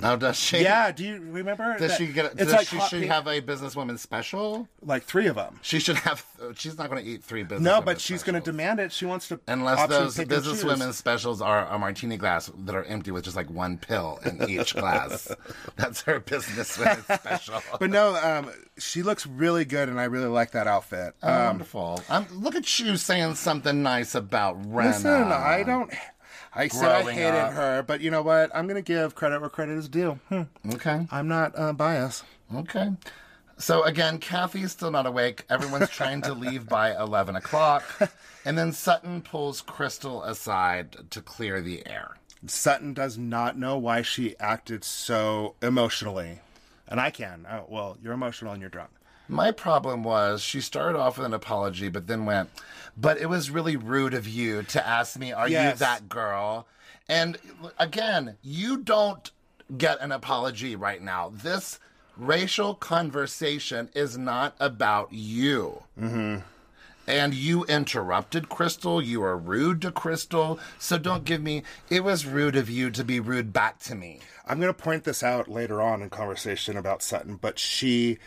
Speaker 2: Now does she?
Speaker 1: Yeah, do you remember?
Speaker 2: Does
Speaker 1: that-
Speaker 2: she get?
Speaker 1: It's
Speaker 2: Does
Speaker 1: like
Speaker 2: she
Speaker 1: hot
Speaker 2: should
Speaker 1: pink-
Speaker 2: have a businesswoman special?
Speaker 1: like three of them.
Speaker 2: She should have. She's not going to eat three business.
Speaker 1: No, but she's going to demand it. She wants to
Speaker 2: Unless
Speaker 1: option
Speaker 2: those
Speaker 1: pick and choose.
Speaker 2: business women's specials are a martini glass that are empty with just like one pill in each glass. That's her business women special.
Speaker 1: But no, um, she looks really good, and I really like that outfit. Uh,
Speaker 2: Oh, wonderful. i look at you saying something nice about Rena.
Speaker 1: Listen, I don't. I said I
Speaker 2: Growing
Speaker 1: hated
Speaker 2: up.
Speaker 1: her, but you know what? I'm going to give credit where credit is due. Hmm.
Speaker 2: Okay.
Speaker 1: I'm not uh, biased.
Speaker 2: Okay. So again, Kathy's still not awake. Everyone's trying to leave by 11 o'clock. And then Sutton pulls Crystal aside to clear the air.
Speaker 1: Sutton does not know why she acted so emotionally. And I can. Oh, well, you're emotional and you're drunk.
Speaker 2: My problem was she started off with an apology, but then went, But it was really rude of you to ask me, Are
Speaker 1: Yes.
Speaker 2: you that girl? And again, you don't get an apology right now. This racial conversation is not about you. Mm-hmm. And you interrupted Crystal. You were rude to Crystal. So don't give me, it was rude of you to be rude back to me.
Speaker 1: I'm going to point this out later on in conversation about Sutton, but she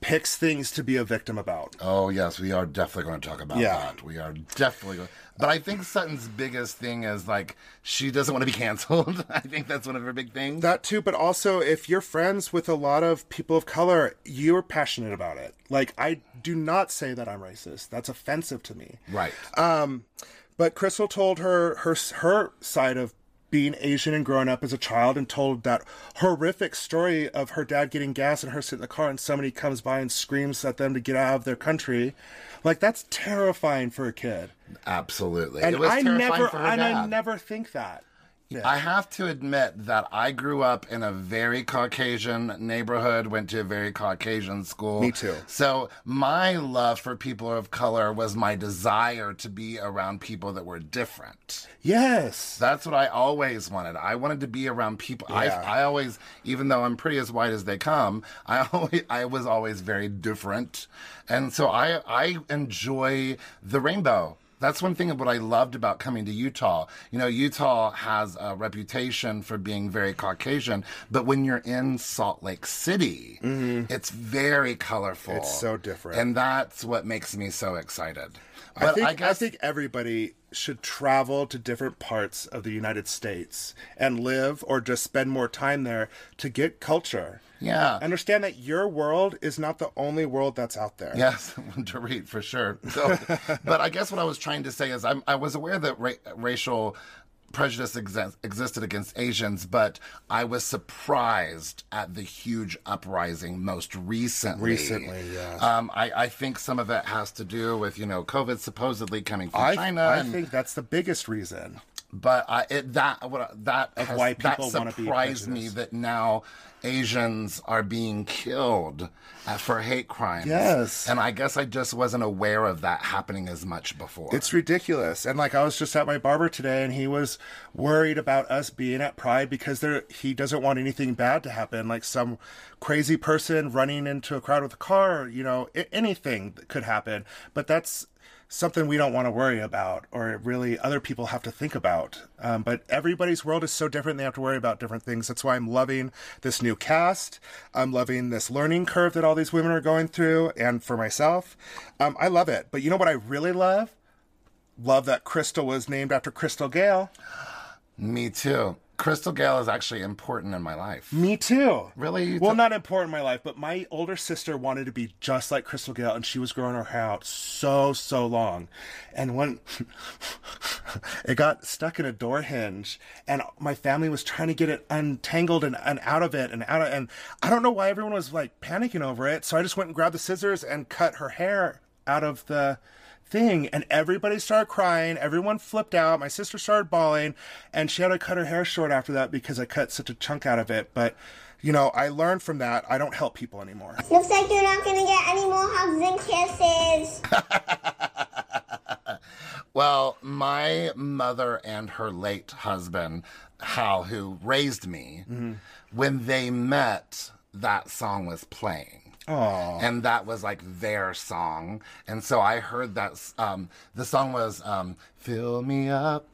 Speaker 1: picks things to be a victim about.
Speaker 2: Oh yes, we are definitely going to talk about
Speaker 1: Yeah.
Speaker 2: that. We are definitely going. But I think Sutton's biggest thing is like she doesn't want to be canceled. I think that's one of her big things.
Speaker 1: That too, but also if you're friends with a lot of people of color, you're passionate about it. Like, I do not say that I'm racist. That's offensive to me.
Speaker 2: right.
Speaker 1: Um, but Crystal told her her her side of being Asian and growing up as a child, and told that horrific story of her dad getting gas and her sitting in the car, and somebody comes by and screams at them to get out of their country. Like that's terrifying for a kid.
Speaker 2: Absolutely.
Speaker 1: And
Speaker 2: it was
Speaker 1: I
Speaker 2: terrifying
Speaker 1: never,
Speaker 2: for her
Speaker 1: and I
Speaker 2: dad.
Speaker 1: never think that.
Speaker 2: I have to admit that I grew up in a very Caucasian neighborhood, went to a very Caucasian school.
Speaker 1: Me too.
Speaker 2: So my love for people of color was my desire to be around people that were different.
Speaker 1: Yes.
Speaker 2: That's what I always wanted. I wanted to be around people.
Speaker 1: Yeah.
Speaker 2: I, I always, even though I'm pretty as white as they come, I always, I was always very different, and so I, I enjoy the rainbow. That's one thing of what I loved about coming to Utah. You know, Utah has a reputation for being very Caucasian, but when you're in Salt Lake City, it's very colorful.
Speaker 1: Mm-hmm. It's so different.
Speaker 2: And that's what makes me so excited.
Speaker 1: I
Speaker 2: But
Speaker 1: think,
Speaker 2: I
Speaker 1: I,
Speaker 2: guess-
Speaker 1: think everybody should travel to different parts of the United States and live or just spend more time there to get culture.
Speaker 2: Yeah.
Speaker 1: Understand that your world is not the only world that's out there.
Speaker 2: Yes, one to read for sure. So, but I guess what I was trying to say is I'm, I was aware that ra- racial prejudice exi- existed against Asians, but I was surprised at the huge uprising most recently.
Speaker 1: Recently, yes.
Speaker 2: Um, I, I think some of it has to do with you know COVID supposedly coming from
Speaker 1: I,
Speaker 2: China.
Speaker 1: I
Speaker 2: and-
Speaker 1: think that's the biggest reason.
Speaker 2: but I, it, that what I- that
Speaker 1: Of
Speaker 2: has,
Speaker 1: why
Speaker 2: that
Speaker 1: people wanna be
Speaker 2: surprised me
Speaker 1: prejudiced.
Speaker 2: that now Asians are being killed uh, for hate crimes.
Speaker 1: Yes.
Speaker 2: and I guess I just wasn't aware of that happening as much before.
Speaker 1: It's ridiculous. And like I was just at my barber today and he was worried about us being at Pride because there he doesn't want anything bad to happen, like some crazy person running into a crowd with a car, you know, I- anything that could happen. But that's something we don't want to worry about or really other people have to think about. Um, but everybody's world is so different. They have to worry about different things. That's why I'm loving this new cast. I'm loving this learning curve that all these women are going through and for myself. Um, I love it. But you know what I really love? love that Crystal was named after Crystal Gale.
Speaker 2: me too. Crystal Gale is actually important in my life.
Speaker 1: Me too.
Speaker 2: Really? You
Speaker 1: Well,
Speaker 2: thought-
Speaker 1: not important in my life, but my older sister wanted to be just like Crystal Gale, and she was growing her hair out so, so long. And when it got stuck in a door hinge, and my family was trying to get it untangled and, and out of it and out of, and I don't know why everyone was like panicking over it. So I just went and grabbed the scissors and cut her hair out of the thing and everybody started crying everyone flipped out my sister started bawling and she had to cut her hair short after that because i cut such a chunk out of it but you know i learned from that i don't help people anymore
Speaker 10: Looks like you're not gonna get any more hugs and kisses.
Speaker 2: Well, my mother and her late husband, Hal, who raised me, when they met, that song was playing. And that was like their song. And so I heard that s- um, the song was um, Fill Me Up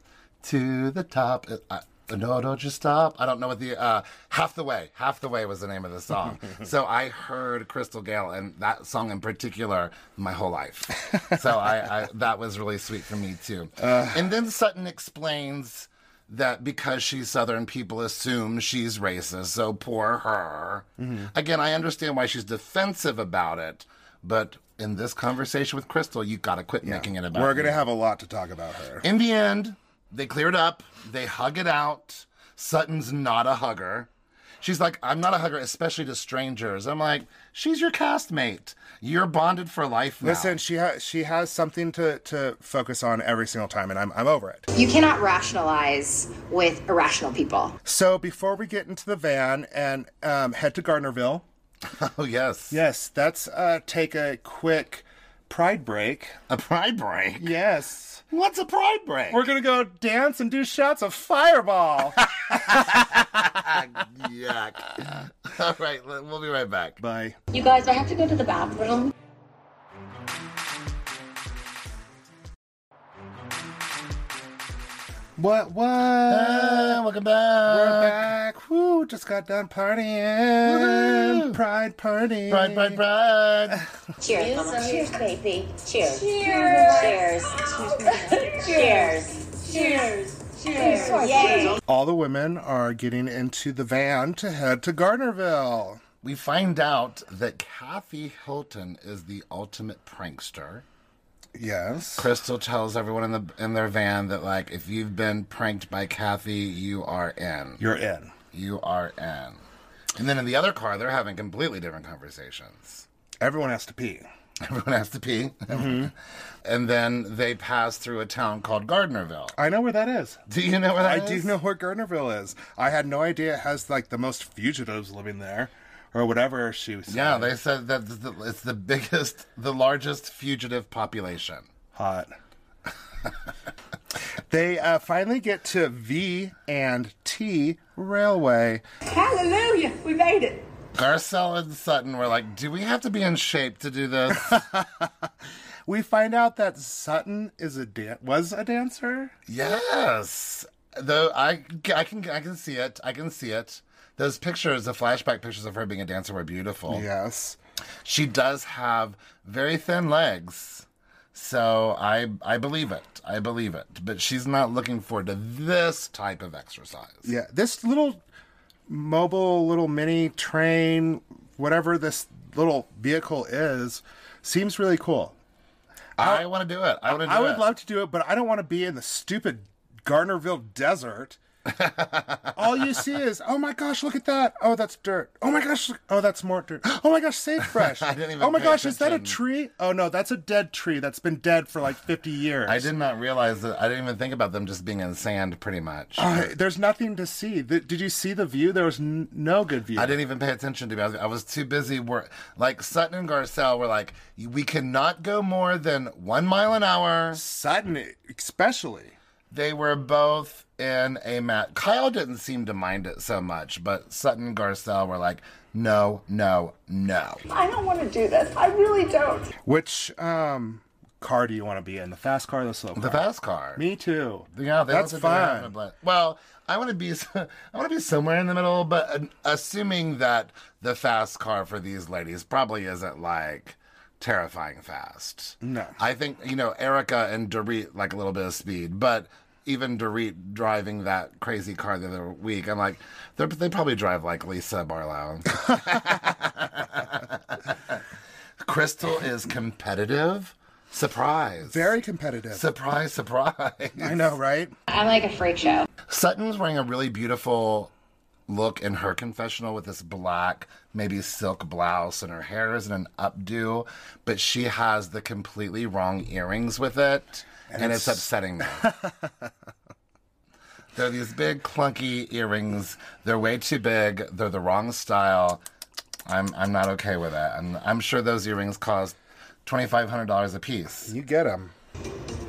Speaker 2: to the Top. Uh, uh, no, don't you stop. I don't know what the uh, half the way, half the way was the name of the song. so I heard Crystal Gale and that song in particular my whole life. so I, I that was really sweet for me too.
Speaker 1: Uh.
Speaker 2: and then Sutton explains that because she's Southern, people assume she's racist. So poor her.
Speaker 1: Mm-hmm.
Speaker 2: Again, I understand why she's defensive about it, but in this conversation with Crystal, you got to quit making it about.
Speaker 1: we're gonna
Speaker 2: you.
Speaker 1: have a lot to talk about there
Speaker 2: In the end, they clear it up. They hug it out. Sutton's not a hugger. She's like, I'm not a hugger, especially to strangers. I'm like, she's your castmate. You're bonded for life now.
Speaker 1: listen she has she has something to to focus on every single time and i'm i'm over it
Speaker 11: You cannot rationalize with irrational people.
Speaker 1: so before we get into the van and um, head to gardnerville
Speaker 2: Oh, yes.
Speaker 1: yes let's uh, take a quick pride break
Speaker 2: A pride break.
Speaker 1: yes
Speaker 2: What's a pride break?
Speaker 1: We're gonna go dance and do shots of fireball.
Speaker 2: Yuck. All right, le- we'll be right back.
Speaker 1: Bye.
Speaker 6: You guys, I have to go to the bathroom.
Speaker 1: What? What?
Speaker 2: Ah, welcome back.
Speaker 1: We're back. Woo! Just got done partying.
Speaker 2: Woohoo.
Speaker 1: Pride party.
Speaker 2: Pride, pride, pride.
Speaker 10: Cheers, Mama. Cheers, baby. Cheers.
Speaker 6: Cheers.
Speaker 10: Cheers. Cheers. Cheers. Cheers. Yay.
Speaker 1: All the women are getting into the van to head to Gardnerville.
Speaker 2: we find out that Kathy Hilton is the ultimate prankster.
Speaker 1: Yes.
Speaker 2: Crystal tells everyone in the in their van that like if you've been pranked by Kathy, you are in.
Speaker 1: You're in.
Speaker 2: You are in. And then in the other car, they're having completely different conversations.
Speaker 1: Everyone has to pee.
Speaker 2: Everyone has to pee.
Speaker 1: Mm-hmm.
Speaker 2: and then they pass through a town called Gardnerville.
Speaker 1: I know where that is.
Speaker 2: Do you know what that
Speaker 1: I
Speaker 2: is?
Speaker 1: do know where Gardnerville is. I had no idea it has like the most fugitives living there, or whatever she was.
Speaker 2: Yeah, they said that th- th- it's the biggest, the largest fugitive population.
Speaker 1: hot. they uh, finally get to V and T Railway.
Speaker 5: Hallelujah, we made it.
Speaker 2: Garcelle and Sutton were like, "Do we have to be in shape to do this?"
Speaker 1: We find out that Sutton is a dan- was a dancer.
Speaker 2: yes, though I, I can, I can see it. I can see it. Those pictures, the flashback pictures of her being a dancer, were beautiful.
Speaker 1: Yes.
Speaker 2: She does have very thin legs, So I I believe it. I believe it. But she's not looking forward to this type of exercise.
Speaker 1: Yeah, this little mobile little mini train, whatever this little vehicle is, seems really cool.
Speaker 2: I, want to do it. I want to do
Speaker 1: I
Speaker 2: it.
Speaker 1: would love to do it, but I don't want to be in the stupid Garnerville desert. All you see is, oh my gosh, look at that. Oh, that's dirt. Oh my gosh, look- oh, that's more dirt. Oh my gosh, sage fresh.
Speaker 2: I didn't even
Speaker 1: oh my
Speaker 2: pay
Speaker 1: gosh, is that a
Speaker 2: attention.
Speaker 1: tree? Oh no, that's a dead tree that's been dead for like 50 years.
Speaker 2: I did not realize that. I didn't even think about them just being in the sand, pretty much.
Speaker 1: Uh, there's nothing to see. Th- did you see the view? There was n- no good view.
Speaker 2: I didn't even pay attention to it. I was, I was too busy. Wor- like Sutton and Garcelle were like, we cannot go more than one mile an hour.
Speaker 1: Sutton, especially.
Speaker 2: They were both in a mat. Kyle didn't seem to mind it so much, but Sutton and Garcelle were like, no, no, no.
Speaker 5: I don't want to do this. I really don't.
Speaker 1: Which um, car do you want to be in? The fast car, or the slow car?
Speaker 2: The fast car.
Speaker 1: Me too.
Speaker 2: Yeah, they
Speaker 1: that's
Speaker 2: look like they're having a
Speaker 1: fun.
Speaker 2: blast. Well, I want to be s- I want to be somewhere in the middle, but uh, assuming that the fast car for these ladies probably isn't like terrifying fast.
Speaker 1: No.
Speaker 2: I think you know Erica and Dorit like a little bit of speed, but even Dorit driving that crazy car the other week, I'm like, they're- they probably drive like Lisa Barlow. Crystal is competitive. Surprise.
Speaker 1: Very competitive.
Speaker 2: Surprise, surprise.
Speaker 1: I know, right?
Speaker 11: I'm like a freak show.
Speaker 2: Sutton's wearing a really beautiful look in her confessional with this black, maybe silk blouse, and her hair is in an updo, but she has the completely wrong earrings with it, and, it's... upsetting me. They're these big, clunky earrings. They're way too big. They're the wrong style. I'm I'm not okay with that. I'm I'm sure those earrings cost twenty five hundred dollars a piece.
Speaker 1: You get them.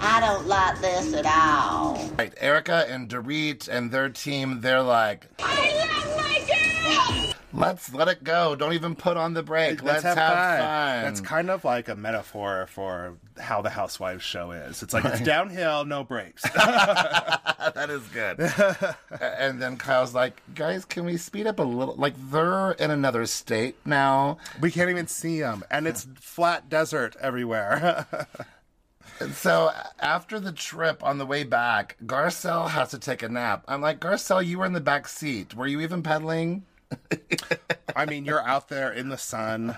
Speaker 9: I don't like this at all.
Speaker 2: Right, Erica and Dorit and their team, they're like, let's let it go. Don't even put on the brake. Let's, have, fun.
Speaker 1: That's kind of like a metaphor for how the Housewives show is. It's like it's downhill, no brakes.
Speaker 2: that is good. and then Kyle's like, guys, can we speed up a little? Like, they're in another state now.
Speaker 1: we can't even see them, and it's flat desert everywhere.
Speaker 2: And so after the trip on the way back, Garcelle has to take a nap. I'm like, Garcelle, you were in the back seat. Were you even pedaling?
Speaker 1: I mean, you're out there in the sun.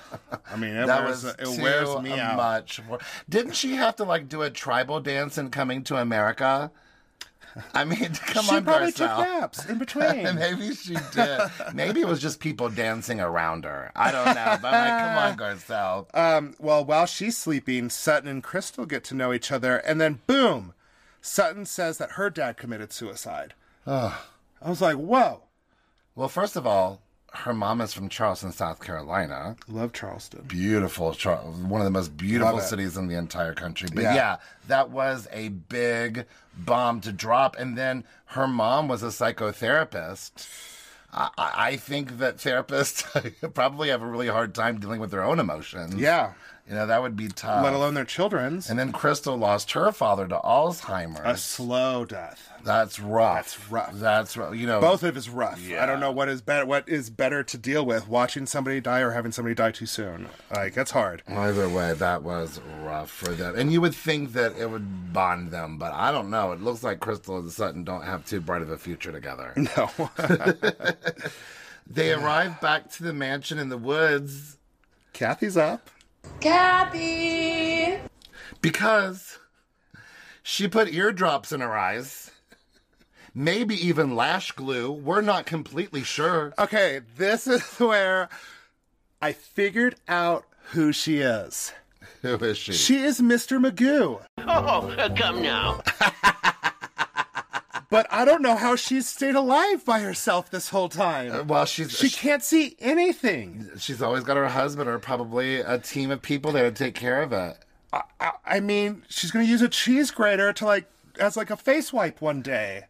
Speaker 1: I mean, it
Speaker 2: That
Speaker 1: wears,
Speaker 2: was
Speaker 1: it
Speaker 2: too
Speaker 1: wears me out.
Speaker 2: much. for- Didn't she have to like do a tribal dance in Coming to America? I mean, come
Speaker 1: she
Speaker 2: on,
Speaker 1: probably
Speaker 2: Garcelle.
Speaker 1: took naps in between.
Speaker 2: Maybe she did. Maybe it was just people dancing around her. I don't know. But I'm like, come on, Garcelle.
Speaker 1: Well, while she's sleeping, Sutton and Crystal get to know each other, and then boom, Sutton says that her dad committed suicide. I was like, whoa.
Speaker 2: well, first of all, her mom is from Charleston, South Carolina.
Speaker 1: Love Charleston.
Speaker 2: Beautiful, Char- one of the most beautiful
Speaker 1: Love it.
Speaker 2: cities in the entire country. But
Speaker 1: Yeah.
Speaker 2: yeah. that was a big bomb to drop. And then her mom was a psychotherapist. I, I I think that therapists probably have a really hard time dealing with their own emotions.
Speaker 1: Yeah.
Speaker 2: You know, that would be tough.
Speaker 1: Let alone their children's.
Speaker 2: And then Crystal lost her father to Alzheimer's.
Speaker 1: a slow death.
Speaker 2: That's rough.
Speaker 1: That's rough.
Speaker 2: That's rough. You know,
Speaker 1: Both of is rough.
Speaker 2: Yeah.
Speaker 1: I don't know what is better. What is better to deal with: watching somebody die or having somebody die too soon? Like that's hard.
Speaker 2: Either way, that was rough for them. And you would think that it would bond them, but I don't know. It looks like Crystal and Sutton don't have too bright of a future together.
Speaker 1: No.
Speaker 2: They arrive back to the mansion in the woods
Speaker 1: Kathy's up.
Speaker 6: Cappy.
Speaker 2: because she put eardrops in her eyes. Maybe even lash glue. We're not completely sure.
Speaker 1: Okay, this is where I figured out who she is.
Speaker 2: Who is she?
Speaker 1: She is Mr. Magoo.
Speaker 12: Oh, come now.
Speaker 1: But I don't know how she's stayed alive by herself this whole
Speaker 2: Uh,
Speaker 1: time.
Speaker 2: well, she's
Speaker 1: She can't see anything.
Speaker 2: she's always got her husband or probably a team of people there to take care of it.
Speaker 1: I, I, I mean, she's going to use a cheese grater to like as like a face wipe one day.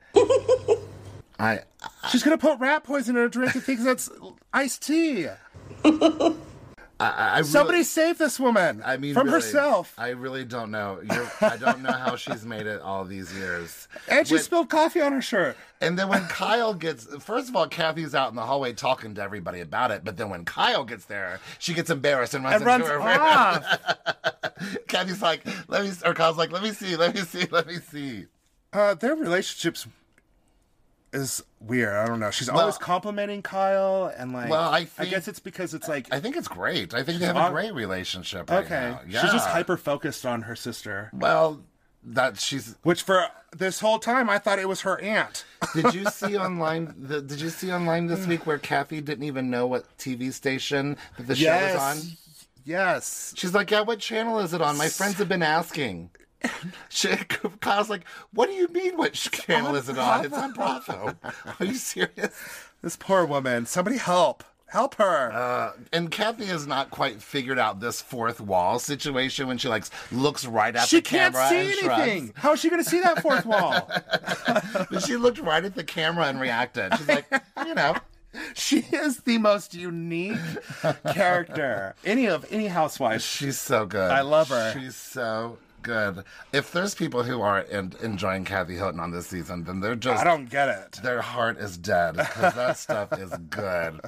Speaker 2: I
Speaker 1: She's going to put rat poison in her drink and thinks that's iced tea.
Speaker 2: I, I really,
Speaker 1: Somebody save this woman.
Speaker 2: I mean,
Speaker 1: from
Speaker 2: really,
Speaker 1: herself.
Speaker 2: I really don't know. You're, I don't know how she's made it all these years.
Speaker 1: And she
Speaker 2: When-
Speaker 1: spilled coffee on her shirt.
Speaker 2: And then when Kyle gets, first of all, Kathy's out in the hallway talking to everybody about it. But then when Kyle gets there, she gets embarrassed and runs
Speaker 1: And runs
Speaker 2: into her.
Speaker 1: off.
Speaker 2: Kathy's like, let me, or Kyle's like, let me see, let me see, let me see.
Speaker 1: Uh, their relationships is weird. I don't know. She's
Speaker 2: Well-
Speaker 1: always complimenting Kyle, and like,
Speaker 2: Well, I
Speaker 1: I
Speaker 2: think-
Speaker 1: guess it's because it's like,
Speaker 2: I think it's great. I think they have
Speaker 1: Uh,
Speaker 2: a great relationship right
Speaker 1: okay,
Speaker 2: now. Yeah.
Speaker 1: she's just hyper focused on her sister.
Speaker 2: Well, that she's.
Speaker 1: Which for this whole time, I thought it was her aunt.
Speaker 2: Did you see online? The, did you see online this week where Kathy didn't even know what TV station that the show was on?
Speaker 1: Yes.
Speaker 2: She's like, yeah, what channel is it on? My friends have been asking. She, Kyle's like, what do you mean? What channel is it on? It's on Bravo. Are you serious?
Speaker 1: This poor woman. Somebody help. Help her.
Speaker 2: And Kathy has not quite figured out this fourth wall situation when she like looks right at
Speaker 1: she
Speaker 2: the camera
Speaker 1: can't see
Speaker 2: and shrugs.
Speaker 1: anything. How is she going to see that fourth wall?
Speaker 2: But she looked right at the camera and reacted. She's like, you know,
Speaker 1: she is the most unique character any of any housewife.
Speaker 2: she's so good.
Speaker 1: I love her.
Speaker 2: She's so good. If there's people who aren't en- enjoying Kathy Hilton on this season, then they're just
Speaker 1: I don't get it.
Speaker 2: their heart is dead because that stuff is good.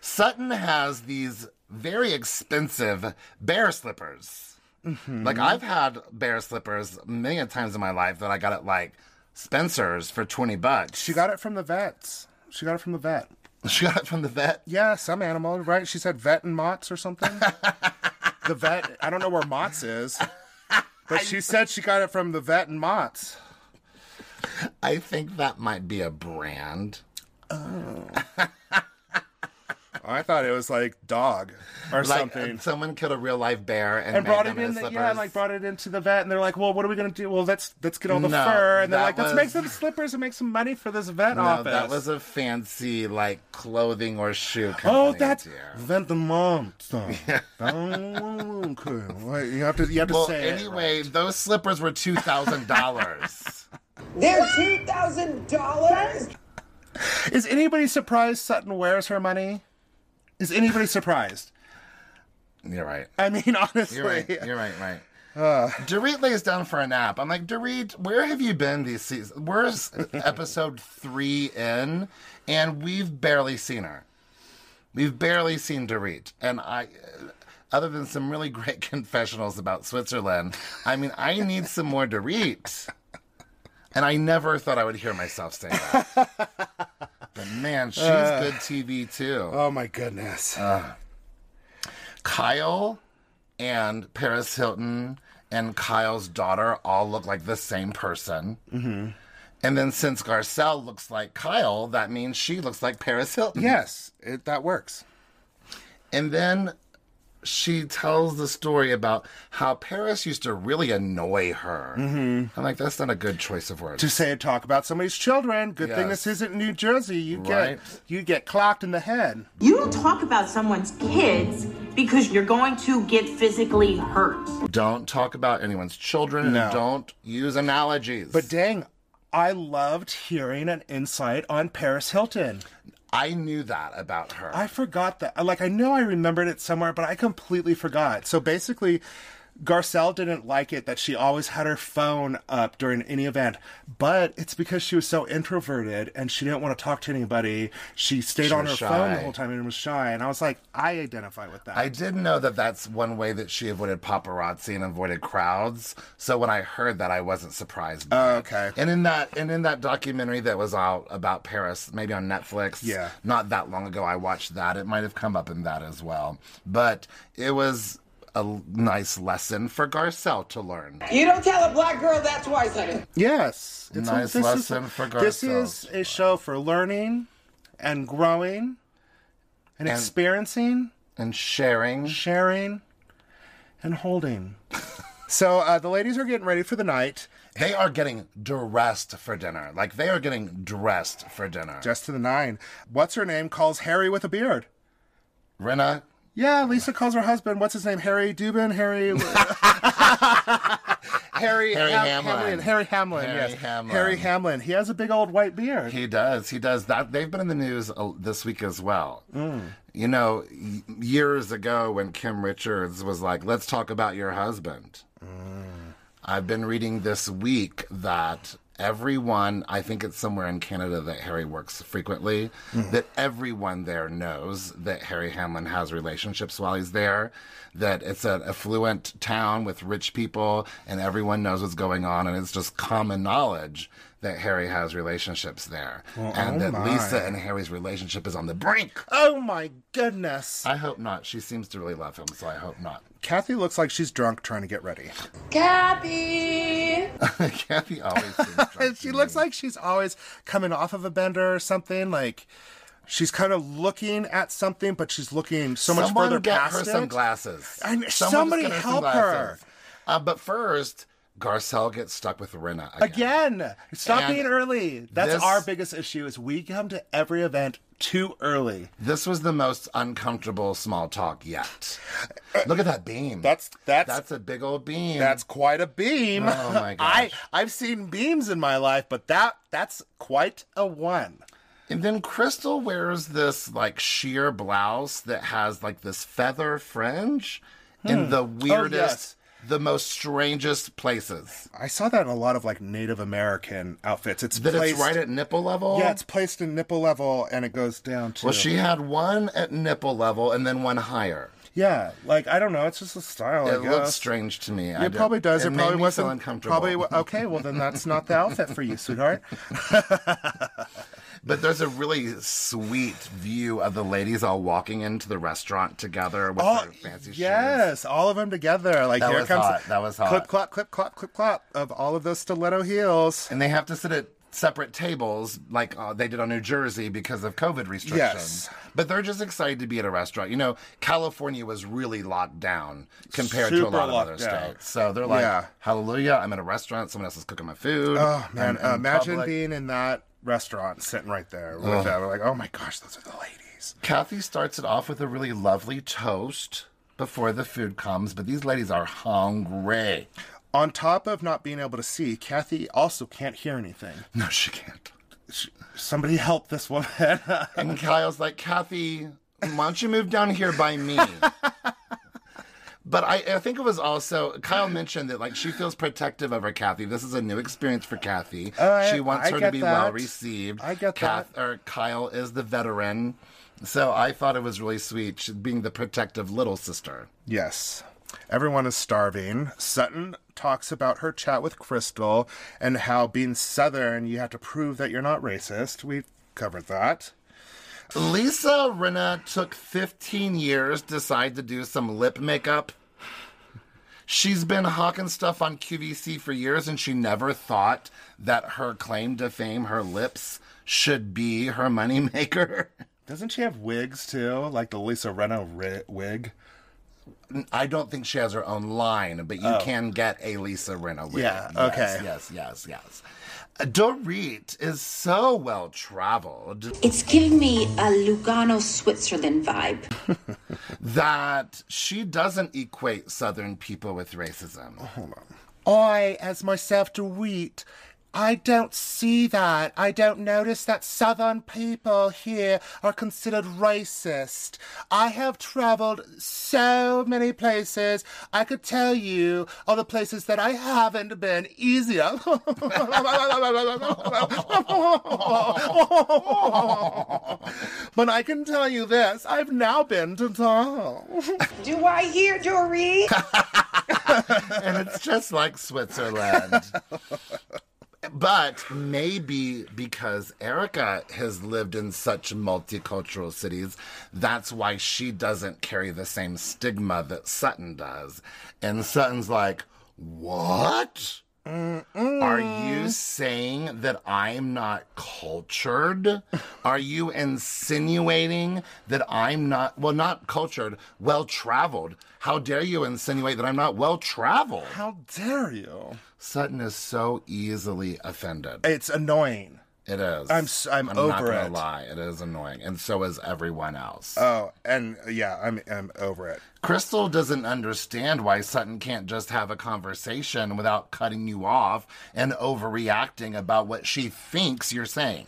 Speaker 2: Sutton has these very expensive bear slippers.
Speaker 1: Mm-hmm.
Speaker 2: Like I've had bear slippers a million times in my life that I got at like Spencer's for twenty bucks.
Speaker 1: She got it from the vets. She got it from the vet.
Speaker 2: she got it from the vet.
Speaker 1: Yeah, some animal, right? She said vet and Mott's or something. the vet. I don't know where Mott's is, but she said she got it from the vet and Mott's.
Speaker 2: I think that might be a brand.
Speaker 1: I thought it was like dog or
Speaker 2: Like uh,
Speaker 1: something.
Speaker 2: someone killed a real life bear and,
Speaker 1: and
Speaker 2: made
Speaker 1: brought it
Speaker 2: them
Speaker 1: in.
Speaker 2: into
Speaker 1: The,
Speaker 2: slippers.
Speaker 1: yeah, and, like brought it into the vet, and they're like, "Well, what are we gonna do? Well, let's let's get all the
Speaker 2: No,
Speaker 1: fur, and they're
Speaker 2: that
Speaker 1: like, let's
Speaker 2: was-
Speaker 1: make some slippers and make some money for this vet
Speaker 2: no,
Speaker 1: office."
Speaker 2: that was a fancy like clothing or shoe.
Speaker 1: oh,
Speaker 2: company,
Speaker 1: that's
Speaker 2: dear.
Speaker 1: vent the mom stuff. okay, wait, you have to you have to
Speaker 2: Well,
Speaker 1: say it
Speaker 2: anyway,
Speaker 1: right.
Speaker 2: those slippers were two thousand dollars.
Speaker 3: They're two thousand dollars.
Speaker 1: Is anybody surprised Sutton wears her money? Is anybody surprised?
Speaker 2: You're right.
Speaker 1: I mean, honestly, Uh.
Speaker 2: You're right. You're right. Right. Dorit lays down for a nap. I'm like, Dorit, where have you been these seasons? We're s- episode three in, and we've barely seen her. We've barely seen Dorit, and I. Other than some really great confessionals about Switzerland, I mean, I need some more Dorit. And I never thought I would hear myself say that. But man, she's good TV too.
Speaker 1: Uh. oh my goodness.
Speaker 2: Uh, um, Kyle and Paris Hilton and Kyle's daughter all look like the same person. Mm-hmm. And then since Garcelle looks like Kyle, that means she looks like Paris Hilton.
Speaker 1: yes, it, that works.
Speaker 2: And then she tells the story about how Paris used to really annoy her. Mm-hmm. I'm like, that's not a good choice of words.
Speaker 1: to say and talk about somebody's children. Good thing this
Speaker 2: Yes.
Speaker 1: isn't New Jersey. You
Speaker 2: Right.
Speaker 1: get you get clocked in the head.
Speaker 13: You don't talk about someone's kids because you're going to get physically hurt.
Speaker 2: Don't talk about anyone's children.
Speaker 1: No.
Speaker 2: And don't use analogies.
Speaker 1: But dang, I loved hearing an insight on Paris Hilton.
Speaker 2: I knew that about her.
Speaker 1: I forgot that. Like I know I remembered it somewhere, but I completely forgot. So basically, Garcelle didn't like it that she always had her phone up during any event, but it's because she was so introverted and she didn't want to talk to anybody. She stayed
Speaker 2: She
Speaker 1: on her
Speaker 2: was
Speaker 1: phone the
Speaker 2: shy.
Speaker 1: whole time and was shy. And I was like, I identify with that.
Speaker 2: I did know that that's one way that she avoided paparazzi and avoided crowds. So when I heard that, I wasn't surprised. By
Speaker 1: Oh,
Speaker 2: it.
Speaker 1: okay.
Speaker 2: And in that and in that documentary that was out about Paris, maybe on Netflix,
Speaker 1: Yeah.
Speaker 2: not that long ago, I watched that. It might have come up in that as well, but it was a l- nice lesson for Garcelle to learn.
Speaker 3: You don't tell a black girl that twice, honey.
Speaker 1: Yes.
Speaker 2: Nice
Speaker 1: this
Speaker 2: lesson
Speaker 1: is,
Speaker 2: for
Speaker 1: This is
Speaker 2: Garcelle.
Speaker 1: a show for learning and growing and, experiencing,
Speaker 2: And sharing,
Speaker 1: sharing, and holding. so uh, the ladies are getting ready for the night.
Speaker 2: they are getting dressed for dinner. Like they are getting dressed for dinner.
Speaker 1: Just to the nine. What's her name calls Harry with a beard.
Speaker 2: Renna,
Speaker 1: Yeah, Lisa calls her husband. What's his name? Harry Dubin. Harry. Harry,
Speaker 2: Harry
Speaker 1: Ham-
Speaker 2: Hamlin.
Speaker 1: Harry Hamlin.
Speaker 2: Harry
Speaker 1: yes.
Speaker 2: Hamlin.
Speaker 1: Harry Hamlin. He has a big old white beard.
Speaker 2: He does. He does that. They've been in the news uh, this week as well. You know, y- years ago when Kim Richards was like, "Let's talk about your husband." I've been reading this week that everyone, I think it's somewhere in Canada that Harry works frequently,
Speaker 1: Mm-hmm.
Speaker 2: that everyone there knows that Harry Hamlin has relationships while he's there, that it's an affluent town with rich people, and everyone knows what's going on, and it's just common knowledge that Harry has relationships there.
Speaker 1: Well,
Speaker 2: and
Speaker 1: oh
Speaker 2: that
Speaker 1: my.
Speaker 2: Lisa and Harry's relationship is on the brink.
Speaker 1: Oh my goodness.
Speaker 2: I hope not. She seems to really love him, so I hope not.
Speaker 1: Kathy looks like she's drunk trying to get ready.
Speaker 6: Cappy.
Speaker 2: Kathy always seems
Speaker 1: And she looks like she's always coming off of a bender or something. Like she's kind of looking at something, but she's looking so much
Speaker 2: Someone
Speaker 1: further
Speaker 2: get
Speaker 1: past
Speaker 2: her
Speaker 1: it.
Speaker 2: some glasses.
Speaker 1: I know-
Speaker 2: Someone
Speaker 1: somebody
Speaker 2: just get
Speaker 1: help
Speaker 2: some
Speaker 1: her.
Speaker 2: glasses. Uh, but first, Garcelle gets stuck with Rena again.
Speaker 1: Again, stop
Speaker 2: And
Speaker 1: being early. That's
Speaker 2: this-
Speaker 1: our biggest issue is we come to every event too early.
Speaker 2: This was the most uncomfortable small talk yet. Look at that beam.
Speaker 1: Eh. That's that's that's,
Speaker 2: that's a big old beam.
Speaker 1: quite a beam.
Speaker 2: Oh my
Speaker 1: I
Speaker 2: gosh.
Speaker 1: I've seen beams in my life, but that that's quite a one.
Speaker 2: And then Crystal wears this like sheer blouse that has like this feather fringe
Speaker 1: Hmm.
Speaker 2: in
Speaker 1: Oh,
Speaker 2: the weirdest, the most strangest places.
Speaker 1: I saw that in a lot of like Native American outfits. It's
Speaker 2: That
Speaker 1: placed
Speaker 2: it's right at nipple level.
Speaker 1: yeah, it's placed in nipple level and it goes down to
Speaker 2: well, she had one at nipple level and then one higher.
Speaker 1: yeah. Like I don't know, it's just a style. I
Speaker 2: It looks
Speaker 1: guess.
Speaker 2: strange to me. I
Speaker 1: It
Speaker 2: don't-
Speaker 1: probably does. It,
Speaker 2: made
Speaker 1: probably
Speaker 2: me feel
Speaker 1: wasn't
Speaker 2: uncomfortable.
Speaker 1: Probably wa- okay. Well, then that's not the outfit for you, sweetheart.
Speaker 2: But there's a really sweet view of the ladies all walking into the restaurant together with
Speaker 1: All,
Speaker 2: their fancy shoes.
Speaker 1: Oh, yes, all of them together. Like
Speaker 2: That
Speaker 1: here
Speaker 2: was
Speaker 1: comes
Speaker 2: hot. That was hot.
Speaker 1: clip clop clip clop clip clop of all of those stiletto heels.
Speaker 2: And they have to sit at separate tables like uh, they did on New Jersey because of COVID restrictions.
Speaker 1: Yes.
Speaker 2: But they're just excited to be at a restaurant. You know, California was really locked down compared to a
Speaker 1: Super
Speaker 2: lot of other
Speaker 1: locked down.
Speaker 2: states. So they're like,
Speaker 1: Yeah.
Speaker 2: hallelujah, I'm at a restaurant. Someone else is cooking my food.
Speaker 1: Oh man,
Speaker 2: I'm in
Speaker 1: imagine
Speaker 2: public."
Speaker 1: being in that restaurant sitting right there with that. We're like, oh my gosh, those are the ladies.
Speaker 2: Kathy starts it off with a really lovely toast before the food comes, but these ladies are hungry.
Speaker 1: On top of not being able to see, Kathy also can't hear anything.
Speaker 2: No, she can't.
Speaker 1: Sh- Somebody help this woman.
Speaker 2: And Kyle's like, Kathy, why don't you move down here by me? But I, I think it was also Kyle mentioned that like she feels protective over Kathy. This is a new experience for Kathy.
Speaker 1: I-
Speaker 2: she wants
Speaker 1: I
Speaker 2: her to
Speaker 1: get
Speaker 2: be
Speaker 1: that.
Speaker 2: well received.
Speaker 1: I get
Speaker 2: Kath,
Speaker 1: that.
Speaker 2: Or Kyle is the veteran, so I thought it was really sweet she- being the protective little sister.
Speaker 1: Yes. Everyone is starving. Sutton talks about her chat with Crystal and how being Southern, you have to prove that you're not racist. We covered that.
Speaker 2: Lisa Rinna took 15 years to decide to do some lip makeup. She's been hawking stuff on QVC for years, and she never thought that her claim to fame, her lips, should be her moneymaker.
Speaker 1: Doesn't she have wigs too? Like the Lisa Reno ri- wig?
Speaker 2: I don't think she has her own line, but you can get a Lisa Rinna wig.
Speaker 1: Oh. Yeah,
Speaker 2: Yes,
Speaker 1: okay.
Speaker 2: Yes, yes, yes. Dorit is so well traveled.
Speaker 6: It's giving me a Lugano, Switzerland vibe.
Speaker 2: that she doesn't equate Southern people with racism.
Speaker 1: I, as myself, Dewitt, I don't see that. I don't notice that Southern people here are considered racist. I have traveled so many places. I could tell you all the places that I haven't been easier. but I can tell you this I've now been to Tall.
Speaker 3: Do I hear Dory?
Speaker 2: and it's just like Switzerland. But maybe because Erica has lived in such multicultural cities, that's why she doesn't carry the same stigma that Sutton does. And Sutton's like, What? Are you saying that I'm not cultured? Are you insinuating that I'm not, well, not cultured, well traveled? How dare you insinuate that I'm not well traveled?
Speaker 1: How dare you?
Speaker 2: Sutton is so easily offended.
Speaker 1: It's annoying.
Speaker 2: It is.
Speaker 1: I'm s- I'm
Speaker 2: I'm not
Speaker 1: over
Speaker 2: gonna
Speaker 1: it.
Speaker 2: lie. It is annoying, and so is everyone else.
Speaker 1: Oh, and yeah, I'm I'm over it.
Speaker 2: Crystal doesn't understand why Sutton can't just have a conversation without cutting you off and overreacting about what she thinks you're saying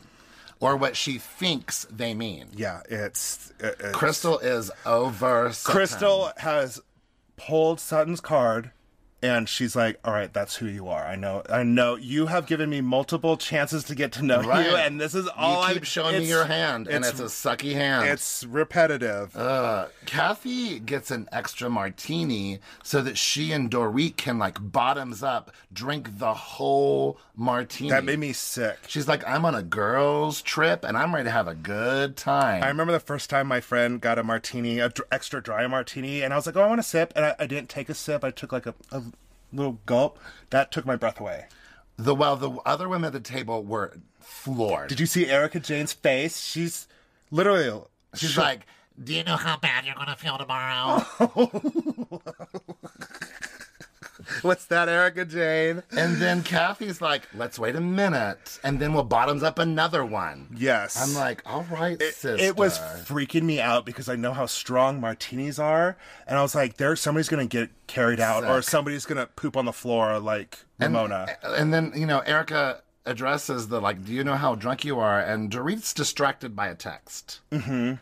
Speaker 2: or what she thinks they mean.
Speaker 1: Yeah, it's, it- it's-
Speaker 2: Crystal is over. Sutton.
Speaker 1: Crystal has pulled Sutton's card and she's like, "All right, that's who you are. I know. I know you have given me multiple chances to get to know you
Speaker 2: Right.
Speaker 1: and this is all
Speaker 2: you
Speaker 1: I
Speaker 2: keep showing me
Speaker 1: it's-
Speaker 2: your hand, and it's a sucky hand.
Speaker 1: It's repetitive.
Speaker 2: Uh, Kathy gets an extra martini so that she and Dorit can like bottoms up drink the whole martini.
Speaker 1: That made me sick.
Speaker 2: She's like, I'm on a girls' trip and I'm ready to have a good time.
Speaker 1: I remember the first time my friend got a martini, a dr- extra dry martini, and I was like, "Oh, I want a sip," and I, I didn't take a sip. I took like a, a little gulp. That took my breath away.
Speaker 2: The well, the other women at the table were floored.
Speaker 1: Did you see Erica Jane's face? She's literally.
Speaker 2: She's like, Do you know how bad you're gonna feel tomorrow?
Speaker 1: "What's that, Erica Jane?"
Speaker 2: and then Kathy's like, Let's wait a minute, and then we'll bottoms up another one.
Speaker 1: Yes,
Speaker 2: I'm like, All right,
Speaker 1: It,
Speaker 2: sister.
Speaker 1: it was freaking me out because I know how strong martinis are, and I was like, "There, somebody's gonna get carried out, or
Speaker 2: Sick.
Speaker 1: somebody's gonna poop on the floor like Ramona."
Speaker 2: And then, you know, Erica addresses the like, Do you know how drunk you are? And Dorit's distracted by a text.
Speaker 1: hmm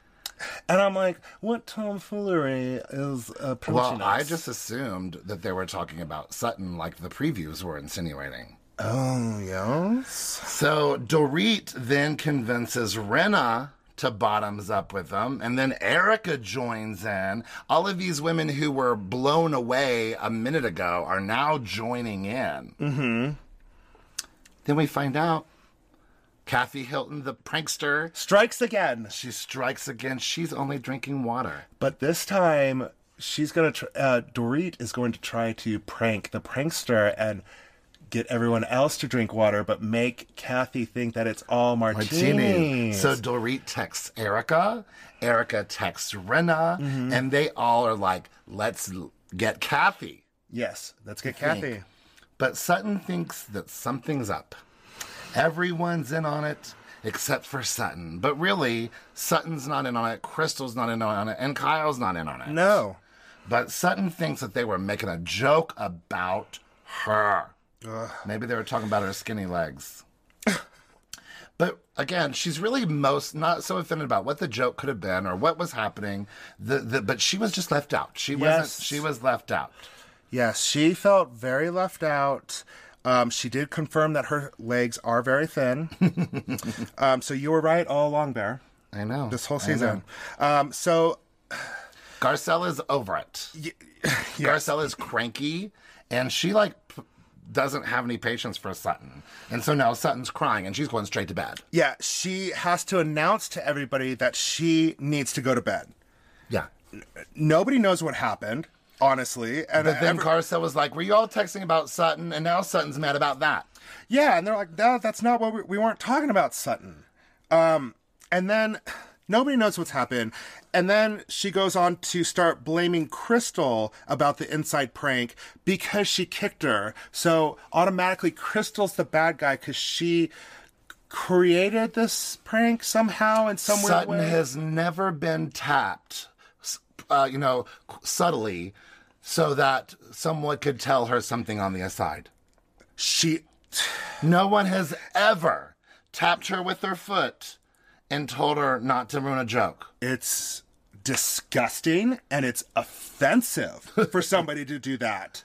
Speaker 1: And I'm like, "What tomfoolery is approaching
Speaker 2: Well, I
Speaker 1: us?"
Speaker 2: just assumed that they were talking about Sutton, like the previews were insinuating.
Speaker 1: Oh, yes.
Speaker 2: So Dorit then convinces Rena to bottoms up with them, and then Erica joins in. All of these women who were blown away a minute ago are now joining in.
Speaker 1: Mm-hmm.
Speaker 2: Then we find out Kathy Hilton, the prankster,
Speaker 1: strikes again.
Speaker 2: She strikes again. She's only drinking water.
Speaker 1: But this time, she's gonna. Tr- uh, Dorit is going to try to prank the prankster and get everyone else to drink water, but make Kathy think that it's all martinis.
Speaker 2: Martini. So Dorit texts Erica, Erica texts Rena, and they all are like, let's l- get Kathy.
Speaker 1: yes, let's get
Speaker 2: think.
Speaker 1: Kathy.
Speaker 2: But Sutton thinks that something's up. Everyone's in on it except for Sutton. But really, Sutton's not in on it, Crystal's not in on it, and Kyle's not in on it.
Speaker 1: No.
Speaker 2: But Sutton thinks that they were making a joke about her. Maybe they were talking about her skinny legs. But again, she's really most not so offended about what the joke could have been or what was happening. The, the but she was just left out. She
Speaker 1: Yes.
Speaker 2: wasn't. She was left out.
Speaker 1: Yes, she felt very left out. Um, she did confirm that her legs are very thin. um, so you were right all along, Bear.
Speaker 2: I know.
Speaker 1: This whole
Speaker 2: Oh, I know.
Speaker 1: season. Um, so
Speaker 2: Garcella's over it. Garcella's cranky, and she like p- doesn't have any patience for Sutton, and so now Sutton's crying, and she's going straight to bed.
Speaker 1: Yeah, she has to announce to everybody that she needs to go to bed.
Speaker 2: Yeah.
Speaker 1: Nobody knows what happened, honestly. And
Speaker 2: But then
Speaker 1: every-
Speaker 2: Garcella was like, "Were you all texting about Sutton?" And now Sutton's mad about that.
Speaker 1: yeah, and they're like, "No, that's not what we, we weren't talking about, Sutton." Um, and then nobody knows what's happened. And then she goes on to start blaming Crystal about the inside prank because she kicked her. So automatically, Crystal's the bad guy because she created this prank somehow in some weird
Speaker 2: Sutton
Speaker 1: way.
Speaker 2: has never been tapped, s- uh, you know, qu- subtly, so that someone could tell her something on the aside.
Speaker 1: she
Speaker 2: No one has ever tapped her with their foot and told her not to ruin a joke.
Speaker 1: it's disgusting and it's offensive for somebody to do that.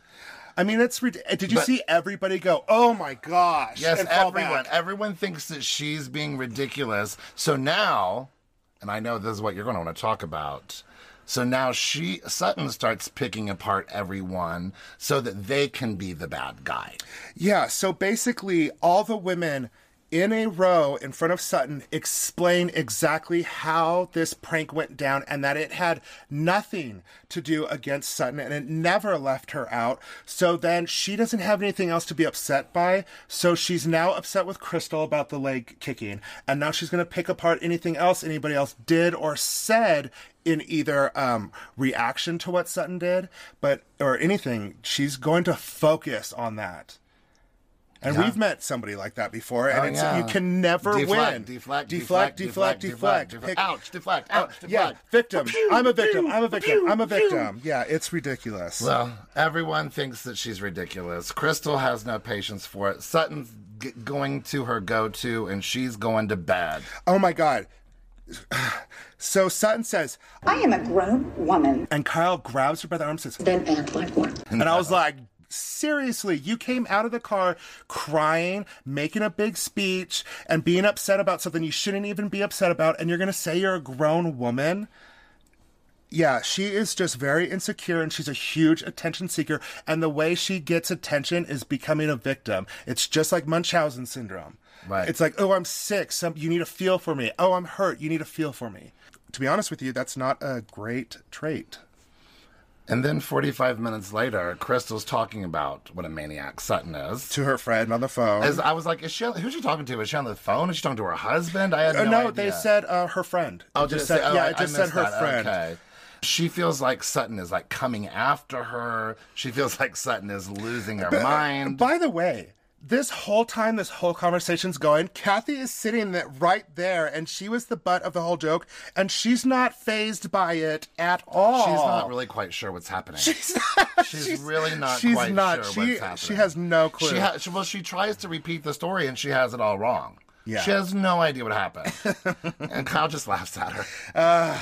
Speaker 1: I mean, it's rid- did you
Speaker 2: But-
Speaker 1: see everybody go, "Oh my gosh!"
Speaker 2: Yes,
Speaker 1: and fall
Speaker 2: everyone.
Speaker 1: back?
Speaker 2: Everyone thinks that she's being ridiculous. So now, and I know this is what you're going to want to talk about. So now she Sutton starts picking apart everyone so that they can be the bad guy.
Speaker 1: Yeah, so basically, all the women in a row in front of Sutton explain exactly how this prank went down and that it had nothing to do against Sutton and it never left her out. So then she doesn't have anything else to be upset by. So she's now upset with Crystal about the leg kicking. And now she's going to pick apart anything else anybody else did or said in either um, reaction to what Sutton did, but or anything. She's going to focus on that. And
Speaker 2: Yeah.
Speaker 1: we've met somebody like that before, and
Speaker 2: Oh,
Speaker 1: it's,
Speaker 2: yeah.
Speaker 1: you can never
Speaker 2: Deflect,
Speaker 1: win.
Speaker 2: deflect,
Speaker 1: deflect, deflect,
Speaker 2: deflect, deflect,
Speaker 1: deflect.
Speaker 2: deflect.
Speaker 1: Pick-
Speaker 2: Ouch, deflect,
Speaker 1: Oh,
Speaker 2: ouch,
Speaker 1: Yeah,
Speaker 2: deflect.
Speaker 1: victim. I'm a victim. I'm a victim.
Speaker 2: pew,
Speaker 1: I'm a
Speaker 2: pew.
Speaker 1: victim. Yeah, it's ridiculous.
Speaker 2: Well, everyone thinks that she's ridiculous. Crystal has no patience for it. Sutton's g- going to her go to, and she's going to bed.
Speaker 1: Oh my God. So Sutton says,
Speaker 7: I am a grown woman.
Speaker 1: and Kyle grabs her by the arm and says,
Speaker 7: Then act like one.
Speaker 1: And I was like, seriously, you came out of the car crying, making a big speech, and being upset about something you shouldn't even be upset about, and you're going to say you're a grown woman? Yeah, she is just very insecure and she's a huge attention seeker. And the way she gets attention is becoming a victim. It's just like Munchausen syndrome.
Speaker 2: Right.
Speaker 1: It's like, oh, I'm sick. Some, you need to feel for me. Oh, I'm hurt. You need to feel for me. To be honest with you, that's not a great trait.
Speaker 2: And then 45 minutes later, Crystal's talking about what a maniac Sutton is.
Speaker 1: To her friend on the phone.
Speaker 2: As I was like, is she, on- who's she talking to? Is she on the phone? Is she talking to her husband? I had
Speaker 1: Uh,
Speaker 2: no,
Speaker 1: no,
Speaker 2: idea.
Speaker 1: they said uh, her friend.
Speaker 2: Oh,
Speaker 1: It
Speaker 2: did it
Speaker 1: just
Speaker 2: say-
Speaker 1: said,
Speaker 2: oh,
Speaker 1: yeah,
Speaker 2: I-
Speaker 1: it
Speaker 2: I
Speaker 1: just said
Speaker 2: missed
Speaker 1: her
Speaker 2: that.
Speaker 1: friend.
Speaker 2: Okay. She feels like Sutton is like coming after her. She feels like Sutton is losing her mind.
Speaker 1: By the way, this whole time, this whole conversation's going, Kathy is sitting that right there, and she was the butt of the whole joke, and she's not phased by it at all.
Speaker 2: She's not really quite sure what's happening. She's, really not
Speaker 1: she's
Speaker 2: quite
Speaker 1: not-
Speaker 2: sure
Speaker 1: she-
Speaker 2: what's happening.
Speaker 1: she has no clue.
Speaker 2: She ha- she- well, she tries to repeat the story and she has it all wrong.
Speaker 1: Yeah.
Speaker 2: She has no idea what happened. and Kyle just laughs at her.
Speaker 1: Uh,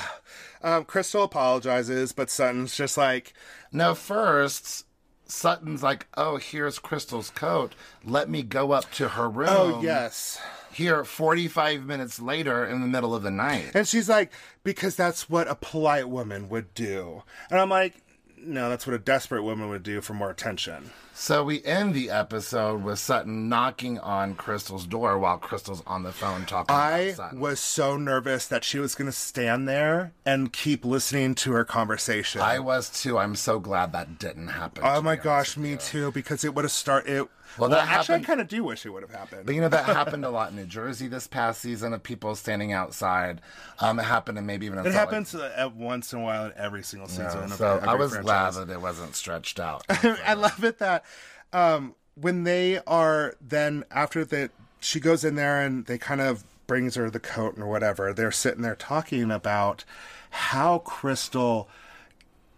Speaker 1: um, Crystal apologizes, but Sutton's just like,
Speaker 2: Now, first, Sutton's like, oh, here's Crystal's coat. Let me go up to her room.
Speaker 1: oh, yes.
Speaker 2: Here, 45 minutes later in the middle of the night.
Speaker 1: And she's like, because that's what a polite woman would do. And I'm like, no, that's what a desperate woman would do for more attention.
Speaker 2: So we end the episode with Sutton knocking on Crystal's door while Crystal's on the phone talking
Speaker 1: I
Speaker 2: about Sutton.
Speaker 1: was so nervous that she was going to stand there and keep listening to her conversation.
Speaker 2: I was too. I'm so glad that didn't happen.
Speaker 1: oh my gosh, me too, because it would have started. It, well,
Speaker 2: that
Speaker 1: actually,
Speaker 2: happened-
Speaker 1: I kind of do wish it would have happened.
Speaker 2: But you know, that happened a lot in New Jersey this past season of people standing outside. Um, it happened and maybe even in
Speaker 1: it
Speaker 2: Salt Lake
Speaker 1: happens uh, at once in a while in every single
Speaker 2: Yeah,
Speaker 1: season. of
Speaker 2: so
Speaker 1: every
Speaker 2: I was
Speaker 1: franchise.
Speaker 2: glad that it wasn't stretched out.
Speaker 1: I love it that um, when they are then after that she goes in there and they kind of brings her the coat or whatever. They're sitting there talking about how Crystal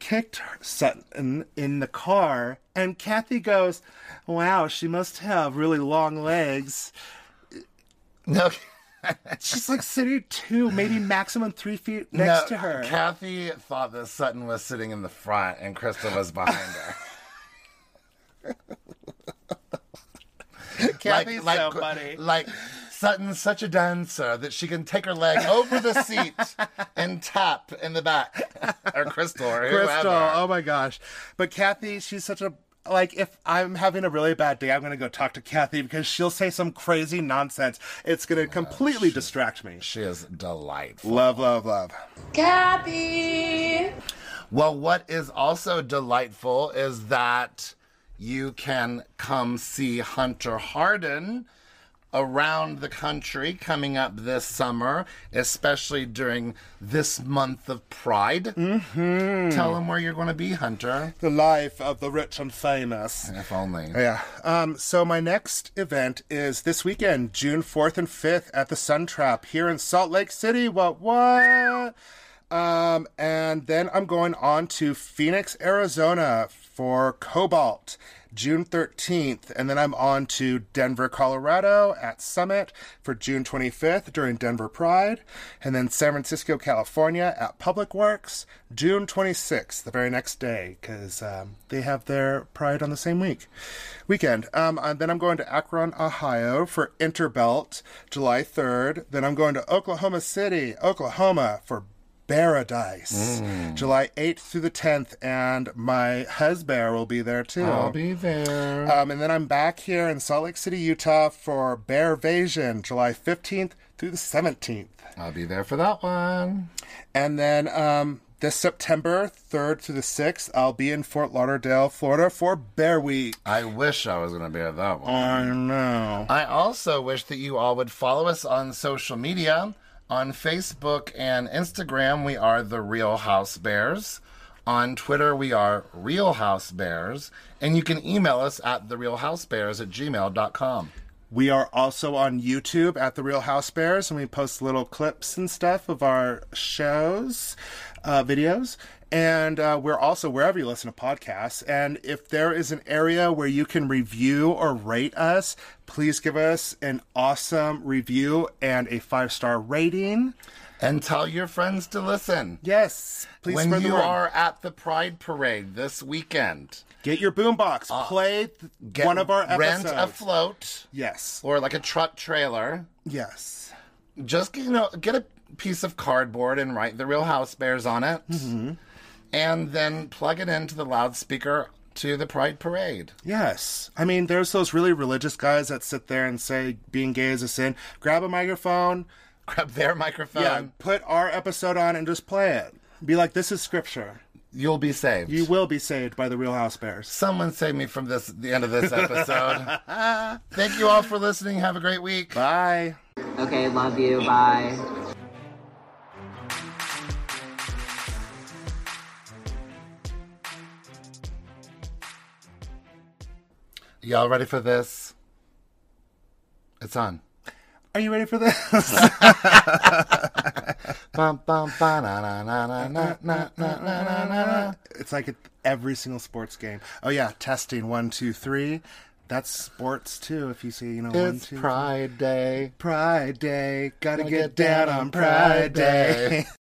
Speaker 1: kicked her- Sutton in the car, and Kathy goes, "Wow, she must have really long legs."
Speaker 2: no,
Speaker 1: She's like sitting two, maybe maximum three feet
Speaker 2: no,
Speaker 1: next to her.
Speaker 2: Kathy thought that Sutton was sitting in the front and Crystal was behind her.
Speaker 1: Kathy's so
Speaker 2: Cr-
Speaker 1: funny.
Speaker 2: Like Sutton's such a dancer that she can take her leg over the seat and tap in the back, or Crystal, or
Speaker 1: Crystal,
Speaker 2: whoever.
Speaker 1: oh my gosh. But Kathy, she's such a like if I'm having a really bad day, I'm gonna go talk to Kathy because she'll say some crazy nonsense. It's gonna completely distract me.
Speaker 2: She is delightful.
Speaker 1: Love, love, love.
Speaker 14: Cappy.
Speaker 2: Well, what is also delightful is that you can come see Hunter Harden around the country coming up this summer, especially during this month of Pride. Mm-hmm. Tell them where you're going to be, Hunter.
Speaker 1: The life of the rich and famous.
Speaker 2: If only.
Speaker 1: Yeah. Um, so my next event is this weekend, June 4th and 5th at the Sun Trap here in Salt Lake City. What, what? Um, and then I'm going on to Phoenix, Arizona for Cobalt, June 13th. And then I'm on to Denver, Colorado at Summit for June 25th during Denver Pride. And then San Francisco, California at Public Works, June 26th, the very next day, because um, they have their Pride on the same week weekend. Um, and then I'm going to Akron, Ohio for Interbelt, July 3rd. Then I'm going to Oklahoma City, Oklahoma for Paradise,
Speaker 2: Mm.
Speaker 1: July 8th through the 10th. And my husband will be there too.
Speaker 2: I'll be there.
Speaker 1: Um, and then I'm back here in Salt Lake City, Utah for Bear Vasion, July 15th through the 17th.
Speaker 2: I'll be there for that one.
Speaker 1: And then um, this September 3rd through the 6th, I'll be in Fort Lauderdale, Florida for Bear Week.
Speaker 2: I wish I was going to be at that one.
Speaker 1: I know.
Speaker 2: I also wish that you all would follow us on social media. On Facebook and Instagram, we are The Real House Bears. On Twitter, we are Real House Bears, and you can email us at therealhousebears at gmail.com.
Speaker 1: We are also on YouTube at The Real House Bears, and we post little clips and stuff of our shows, uh, videos. And uh, we're also wherever you listen to podcasts. And if there is an area where you can review or rate us, please give us an awesome review and a five star rating.
Speaker 2: And tell your friends to listen.
Speaker 1: Yes, please
Speaker 2: when
Speaker 1: spread the
Speaker 2: you
Speaker 1: word.
Speaker 2: are at the Pride Parade this weekend,
Speaker 1: Get your boombox.
Speaker 2: Uh,
Speaker 1: play th-
Speaker 2: get
Speaker 1: one of our episodes.
Speaker 2: rent a float
Speaker 1: yes.
Speaker 2: or like a truck trailer.
Speaker 1: Yes.
Speaker 2: Just you know, get a piece of cardboard and write the Real House Bears on it,
Speaker 1: Mm-hmm.
Speaker 2: and then plug it into the loudspeaker to the Pride Parade.
Speaker 1: Yes. I mean, there's those really religious guys that sit there and say being gay is a sin. Grab a microphone.
Speaker 2: Grab their microphone.
Speaker 1: Yeah. Put our episode on and just play it. Be like, this is scripture.
Speaker 2: You'll be saved.
Speaker 1: You will be saved by the Real House Bears.
Speaker 2: Someone save me from this the end of this episode. Thank you all for listening. Have a great week.
Speaker 1: Bye.
Speaker 4: Okay, love you. Bye.
Speaker 2: Y'all ready for this? It's on.
Speaker 1: Are you ready for this?
Speaker 2: Bum, bum, ba, na, na, na, na, na, na, na, na, na, na.
Speaker 1: it's like at every single sports game. Oh yeah, testing one, two, three. That's sports too. If you see, you know, one,
Speaker 2: It's
Speaker 1: two,
Speaker 2: Pride Day.
Speaker 1: Pride Day. Gotta, get, down, on Pride Day.